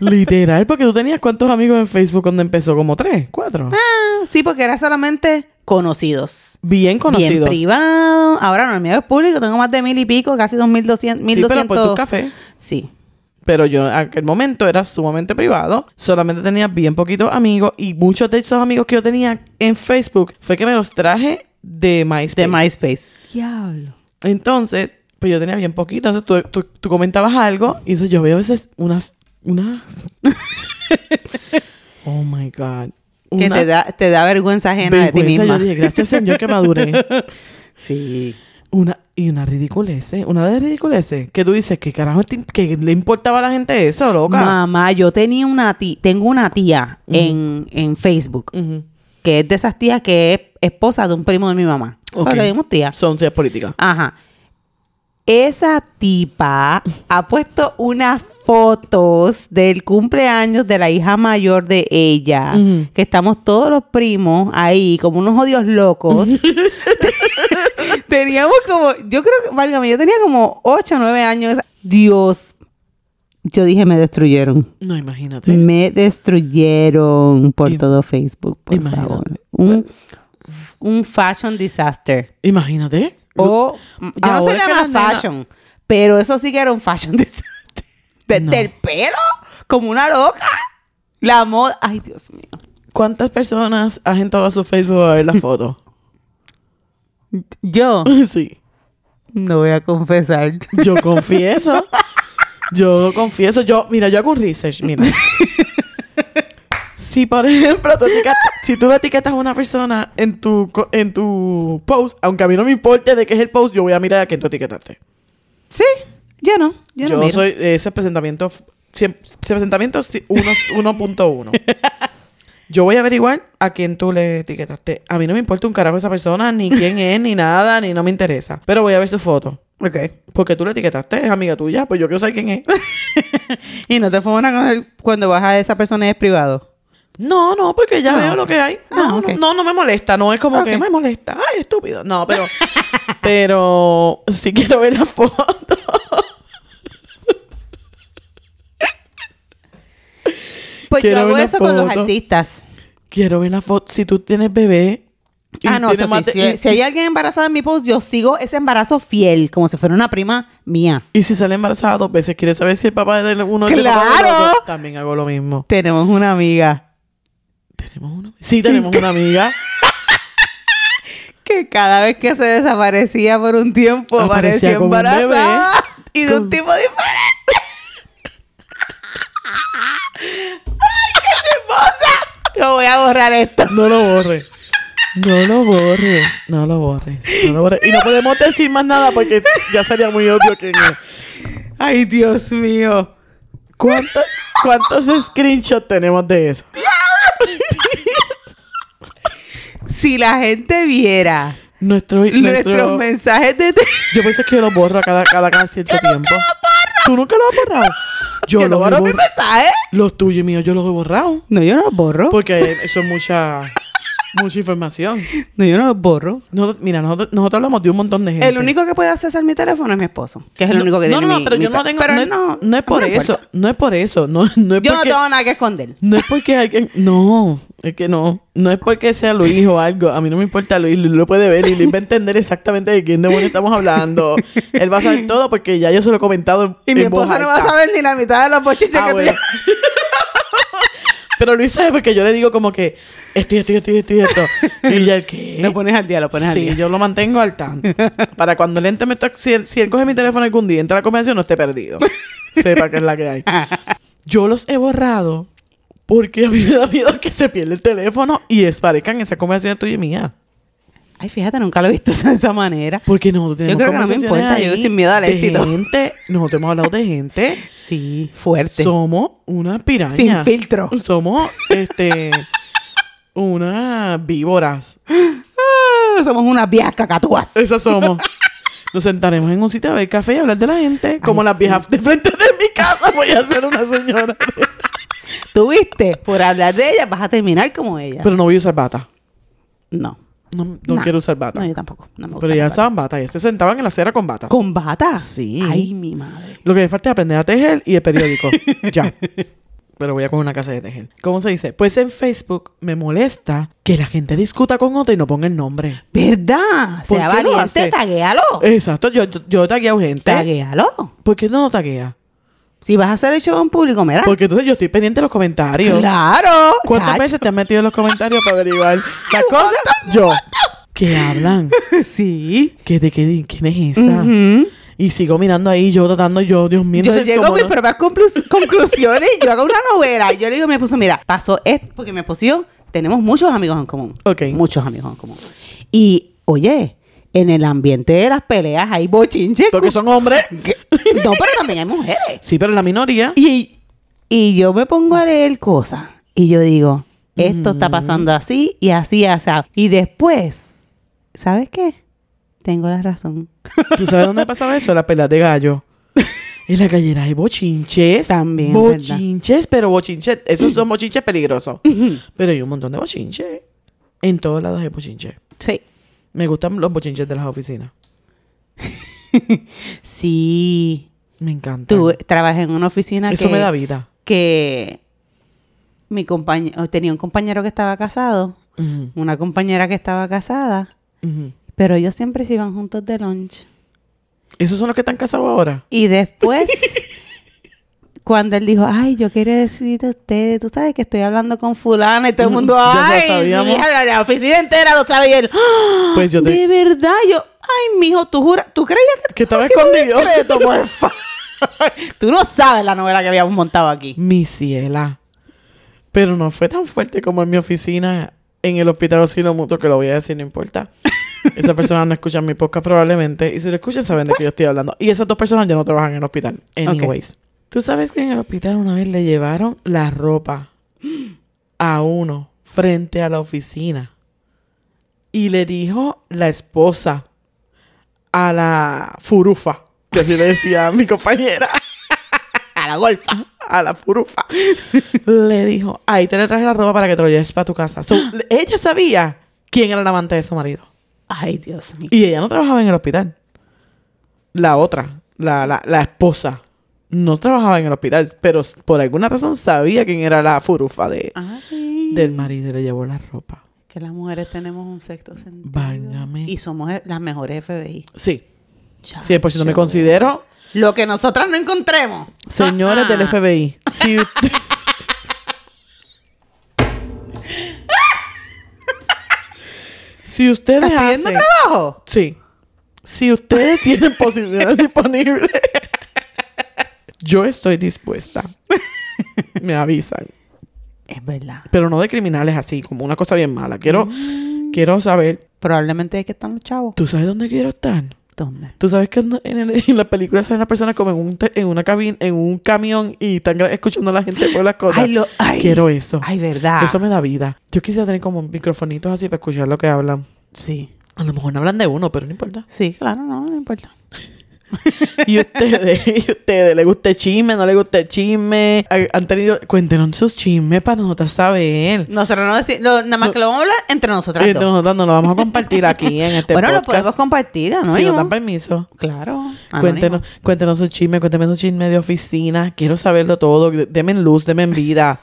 Literal, porque tú tenías cuántos amigos en Facebook cuando empezó, como tres, cuatro. Ah, sí, porque era solamente conocidos. Bien Bien conocidos. privado. Ahora no, el mío es público. Tengo más de mil y pico, casi dos mil doscientos. sí, pero por tu café. Sí. Pero yo en aquel momento era sumamente privado. Solamente tenía bien poquitos amigos. Y muchos de esos amigos que yo tenía en Facebook fue que me los traje de MySpace. De MySpace. Diablo. Entonces, pues yo tenía bien poquito. Entonces tú, tú- tú comentabas algo y entonces yo veo a veces unas... unas... [LAUGHS] oh my God. Que Una te da, te da vergüenza ajena de ti vergüenza. misma. Yo dije, gracias señor que maduré. [LAUGHS] Sí. Una, y una ridiculez, ¿eh? una de ridiculeces. Que tú dices, ¿qué carajo te- que le importaba a la gente eso, loca? Mamá, yo tenía una tía, tengo una tía en, en Facebook, Ujú. que es de esas tías que es esposa de un primo de mi mamá. Ok. Solo dimos tía. Son ciudades políticas. Ajá. Esa tipa ha puesto unas fotos del cumpleaños de la hija mayor de ella, Ujú. que estamos todos los primos ahí como unos odios [LAUGHS] locos. Teníamos como, yo creo que, válgame, yo tenía como 8 o 9 años. Dios, yo dije, me destruyeron. No, imagínate. Me destruyeron por Im- todo Facebook, por Imagínate. favor. Un, un fashion disaster. Imagínate. O, yo no Ahora soy es la que más las nenas- fashion, pero eso sí que era un fashion [LAUGHS] disaster. Desde No. el pelo, como una loca. La moda. Ay, Dios mío. ¿Cuántas personas has entrado a su Facebook a ver la foto? Yo sí. no voy a confesar. Yo confieso. Yo confieso. Yo, mira, yo hago un research, mira. Si, por ejemplo, tú etiquetas- si tú etiquetas a una persona en tu, co- en tu post, aunque a mí no me importe de qué es el post, yo voy a mirar a quién tú etiquetaste. Sí, yo no. Yo, Yo, no miro. soy eh, ese presentamiento, f- cien- ese presentamiento si- uno- [LAUGHS] 1.1. Yo voy a averiguar a quién tú le etiquetaste. A mí no me importa un carajo esa [LAUGHS] persona, ni quién es, ni nada, ni no me interesa. Pero voy a ver su foto. Ok. Porque tú le etiquetaste, es amiga [LAUGHS] tuya, pues yo quiero saber quién es. Y no te fue una cuando vas a esa persona y es privado. No, no, porque ya Ah, veo lo ok. que hay. Ah, No, ok. Ah, no, no, no me molesta. No es como que Ok. me molesta. Ay, estúpido. [LAUGHS] No, pero. pero sí quiero ver la foto. [LAUGHS] Pues Quiero yo hago ver la eso con los foto. artistas. Quiero ver la foto. Si tú tienes bebé. y Ah, no, tienes eso sí, más de- si, y- si hay alguien embarazada en mi post, yo sigo ese embarazo fiel, como si fuera una prima mía. Y si sale embarazada dos veces, ¿quieres saber si el papá de uno es el papá de los ¡Claro! dos? También hago lo mismo. Tenemos una amiga ¿Tenemos una? Sí, tenemos una amiga. que cada vez que se desaparecía por un tiempo, Aparecía aparecía con un embarazada y de un Con- tipo diferente. ¡Ay, qué chismosa! Yo voy a borrar esto. No lo borres. No lo borres. No lo borres. No lo borres. Y no podemos decir más nada porque ya sería muy obvio quién es. Ay, Dios mío. ¿Cuánto- ¿Cuántos screenshots tenemos de eso? Si la gente viera Nuestro, nuestro- nuestros mensajes de texto. Yo pienso que yo lo borro a cada, cada, cada cierto tiempo. ¿Tú nunca lo has borrado? Yo, Yo no los he borro mis borrado. mensajes. Los tuyos y míos yo los he borrado. No, yo no los borro. Porque eso es mucha, mucha información. No, yo no los borro. Nosotros- mira, nosotros, nosotros hablamos de un montón de gente. El único que puede accesar mi teléfono es mi esposo, que es el No, único que no, tiene no, mi- no, pero mi yo no pa- tengo. Pero no, es- no, no a es mí por no me eso. importa. No es por eso. No, no es Yo no porque- tengo nada que esconder. No es porque alguien... No, es que no. No es porque sea Luis o algo. A mí no me importa Luis. Luis lo puede ver y Luis va a entender exactamente de quién demonio estamos hablando. Él va a saber todo porque ya yo se lo he comentado en, Y mi en voz esposa no va a alta. saber ni la mitad de los bochiches Ah, que bueno. te... [LAUGHS] Pero Luis sabe porque yo le digo como que... Estoy, estoy, estoy, estoy, [LAUGHS] esto. Y ya, ¿qué? Lo pones al día, lo pones al Sí, día. yo lo mantengo al tanto. [LAUGHS] Para cuando él entre, me to- si, él, si él coge mi teléfono algún día, y entra a la conversación, no esté [LAUGHS] perdido. Sepa que es la que hay. Yo los he borrado porque a mí me da miedo que se pierda el teléfono y desaparezcan esas conversaciones tuyas y mías. Ay, fíjate, nunca lo he visto [LAUGHS] de esa manera. Porque nosotros tenemos creo que no me conversaciones importa, yo ahí sin miedo al de éxito. gente, nosotros hemos hablado de gente. Sí, fuerte. Somos una piraña. Sin filtro. Somos, [LAUGHS] este, unas víboras. Ah, Somos unas viejas cacatúas. Esas somos. Nos sentaremos en un sitio a ver café y hablar de la gente. Como Ay, las sí. viejas de frente de mi casa. pues, [LAUGHS] Voy a ser una señora. ¿Tuviste? Por hablar de ellas vas a terminar como ellas. Pero no voy a usar bata. no. No, no Nah. quiero usar bata. No, yo tampoco. No me gusta Pero ya la bata. usaban bata. Ya se sentaban en la acera con bata. ¿Con bata? Sí. Ay, mi madre. Lo que me falta es aprender a tejer y [LAUGHS] el periódico. ya. Pero voy a coger una casa de tejer. ¿Cómo se dice? Pues en Facebook me molesta que la gente discuta con otra y no ponga el nombre. ¿Verdad? ¿Por Sea qué lo valiente, hace? Eh, taguéalo. Exacto. Yo, yo, yo tagueo gente. Taguéalo. ¿Por qué no lo taguea? Si vas a hacer el show en público, mira. Porque entonces yo estoy pendiente de los comentarios. Ah. Claro. ¿Cuántas chacho. veces te han metido en los comentarios para averiguar las cosas? Yo. Que hablan. [LAUGHS] Sí. Que de qué, di- quién es esa. Ujú. Y sigo mirando ahí, yo tratando, yo, Dios mío. Yo entonces, llego a como mis no- propias conclus- conclusiones. Yo hago una novela. Yo le digo a mi esposo, mira, pasó esto. Porque mi esposo y yo tenemos muchos amigos en común. Ok. Muchos amigos en común. Y, oye, en el ambiente de las peleas hay bochinches. Porque son hombres. No, pero también hay mujeres. Sí, pero la minoría. Y, y yo me pongo a leer cosas y yo digo, esto Mm. está pasando así y así, o sea, y después, ¿sabes qué? Tengo la [LAUGHS] razón. ¿Tú sabes dónde pasaba eso? La pelea de [LAUGHS] gallo. En la gallera hay bochinches. También, Bochinches, pero bochinches. Esos son bochinches peligrosos. pero hay un montón de bochinches. En todos lados hay bochinches. Sí. Me gustan los bochinches de las oficinas. Sí. Me encanta. Tú trabajas en una oficina Ah. Eso que, me da vida. que mi compañero, tenía un compañero que estaba casado, Ujú, una compañera que estaba casada, ujú. pero ellos siempre se iban juntos de lunch. ¿Esos son los que están casados ahora? Y [LAUGHS] después, cuando él dijo, ay, yo quiero decirte a ustedes, tú sabes que estoy hablando con fulana y todo el Ujú, mundo, [LAUGHS] ya lo ay, sabíamos. mija, la, la oficina entera lo sabe y él, ¡ah! Pues yo te- de verdad, yo, ay, mijo, tú juras, tú creías que, [LAUGHS] Que estaba haciendo un escondido. secreto, [LAUGHS] por favor. tú no sabes la novela que habíamos montado aquí. Mi ciela. Pero no fue tan fuerte como en mi oficina en el hospital Osilo Mutuo, que lo voy a decir, no importa. Esas personas no escuchan mi podcast probablemente. Y si lo escuchan, saben de qué yo estoy hablando. Y esas dos personas ya no trabajan en el hospital. Anyways. Tú sabes que en el hospital una vez le llevaron la ropa a uno frente a la oficina. Y le dijo la esposa a la furufa, que así le decía a mi compañera A la golfa. a la furufa. le dijo, ahí te le traje la ropa para que te lo lleves para tu casa. So, ella sabía quién era el amante de su marido. Ay, Dios mío. Y ella no trabajaba en el hospital. La otra, la, la, la esposa, no trabajaba en el hospital, pero s- por alguna razón sabía quién era la furufa de, Ay. del marido y le llevó la ropa. Que las mujeres tenemos un sexto sentido. Válgame. Y somos e- las mejores FBI. Sí, Chacho. 100% me considero Lo que nosotras no encontremos. Señores Ah, del FBI, [LAUGHS] si usted- si ustedes ¿Estás pidiendo hacen- trabajo? sí, si ustedes tienen [LAUGHS] posibilidades disponibles, yo estoy dispuesta. Me avisan, Es verdad. pero no de criminales así, como una cosa bien mala. Quiero, quiero saber. Probablemente es que están los chavos. Mm. ¿Tú sabes dónde quiero estar? ¿Dónde? Tú sabes que en, el- en la película salen las personas como en un te- en una cabina, en un camión y están gra- escuchando a la gente por las cosas. Ay, lo- ay. Quiero eso. Ay, ah. verdad. Eso me da vida. Yo quisiera tener como microfonitos así para escuchar lo que hablan. Sí. A lo mejor no hablan de uno, pero no importa. Sí, claro, no, no importa. [LAUGHS] Y ustedes, y ustedes, ¿le gusta el chisme? ¿No le gusta el chisme? Ay, Han tenido, cuéntenos sus chismes para nosotras saber. Nosotros no decimos, lo- nada más que lo vamos a hablar entre nosotras Entonces, dos. nosotras no lo vamos a compartir aquí en este bueno, podcast. lo podemos compartir, ¿no? Si nos dan permiso. claro. anónimo. Cuéntenos, cuéntenos su chisme, cuéntenos su chisme de oficina. Quiero saberlo todo. Deme en luz, deme [LAUGHS] en vida.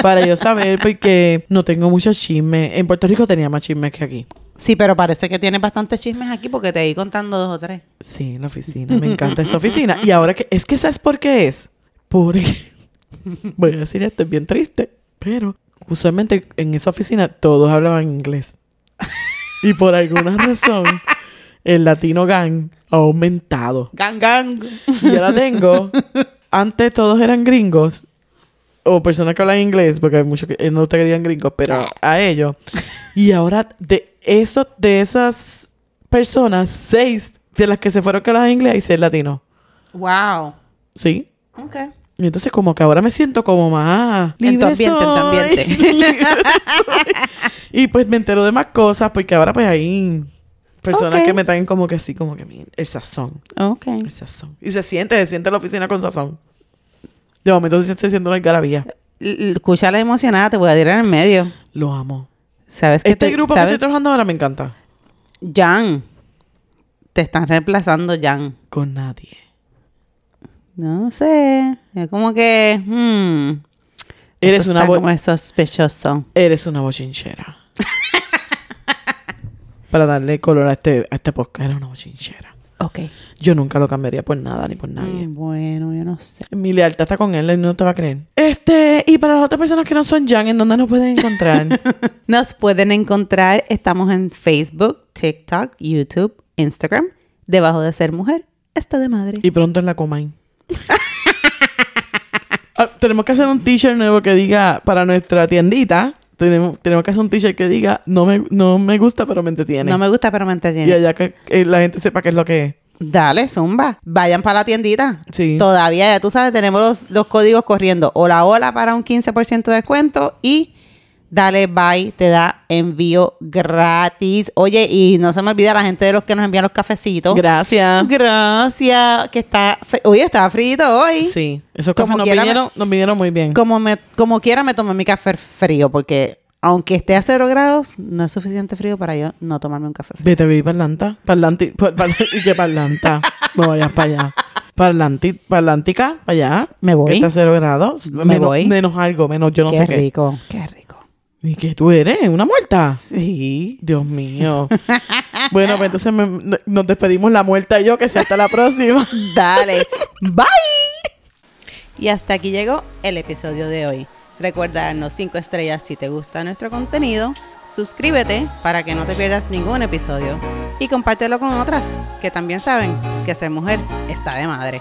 para yo saber, porque no tengo mucho chisme. En Puerto Rico tenía más chismes que aquí. Sí, pero parece que tienes bastantes chismes aquí porque te ahí contando dos o tres. Sí, la oficina. Me encanta esa oficina. Y ahora que. Es que ¿sabes por qué es? Porque. [LAUGHS] Voy a decir esto, es bien triste. Pero usualmente en esa oficina todos hablaban inglés. Y por alguna razón, el latino gang ha aumentado. Gang, gang. Y ahora tengo. Antes todos eran gringos. O personas que hablan inglés, porque hay muchos que eh, no te digan gringos, pero a ellos. Y ahora de eso, de esas personas, seis de las que se fueron que hablan inglés, hay seis latinos. Wow. ¿Sí? Ok. Y entonces como que ahora me siento como más En tu libre ambiente, en tu soy. ambiente. [LAUGHS] Libre soy. y pues me entero de más cosas, porque ahora pues hay personas Ok. que me traen como que así, como que "Mira, el sazón. Ok. El sazón. Y se siente, se siente la oficina con sazón. De momento se siente siendo una algarabía. Escucha la emocionada, te voy a tirar en el medio. Lo amo. ¿Sabes que Este te- grupo que sabes? estoy trabajando ahora me encanta. Jan. Te están reemplazando, Jan. Con nadie. No sé. Es como que. hmm, Eres eso una está bo- como es sospechoso. Eres [LAUGHS] una bochinchera. Para darle color a este, a este podcast, eres una bochinchera. Ok. Yo nunca lo cambiaría por nada ni por nadie. Mm, bueno, yo no sé. [LAUGHS] Mi lealtad está con él, él no te va a creer. Este, y para las otras personas que no son Jan, ¿en dónde nos pueden [LAUGHS] encontrar? Nos pueden encontrar, estamos en Facebook, TikTok, YouTube, Instagram. Debajo de ser mujer, está de madre. Y pronto en la Comain. Ah, tenemos que hacer un t-shirt nuevo que diga para nuestra tiendita. Tenemos, tenemos que hacer un t-shirt que diga no me, no me gusta, pero me entretiene. No me gusta, pero me Y entretiene. allá que eh, la gente sepa qué es lo que es. Dale, zumba. Vayan para la tiendita. Sí. Todavía, ya tú sabes, tenemos los, los códigos corriendo. Hola, hola para un 15% de descuento y dale bye, te da envío gratis. Oye, y no se me olvida la gente de los que nos envían los cafecitos. Gracias. Gracias, que está... fe- Oye, está frito hoy. Sí. Esos Como cafés nos quiera me- vinieron, nos vinieron muy bien. Como, me, como quiera me tomé mi café frío porque aunque esté a cero grados, no es suficiente frío para yo no tomarme un café frío. Vete a vivir parlanta. Parlanti. par- par- ¿Y qué [LAUGHS] parlanta? No vayas para allá. Parlanti, parlántica, para allá. Me voy. Que Está a cero grados. Me menos, voy. Menos algo, menos yo no qué sé rico, qué rico. qué. ¿Y qué tú eres? ¿Una muerta? Sí. Dios mío. bueno, pues entonces me- no- nos despedimos la muerta y yo, que sea hasta la próxima. Dale. Bye. Y hasta aquí llegó el episodio de hoy. Recuerda darnos 5 estrellas si te gusta nuestro contenido, suscríbete para que no te pierdas ningún episodio y compártelo con otras que también saben que ser mujer está de madre.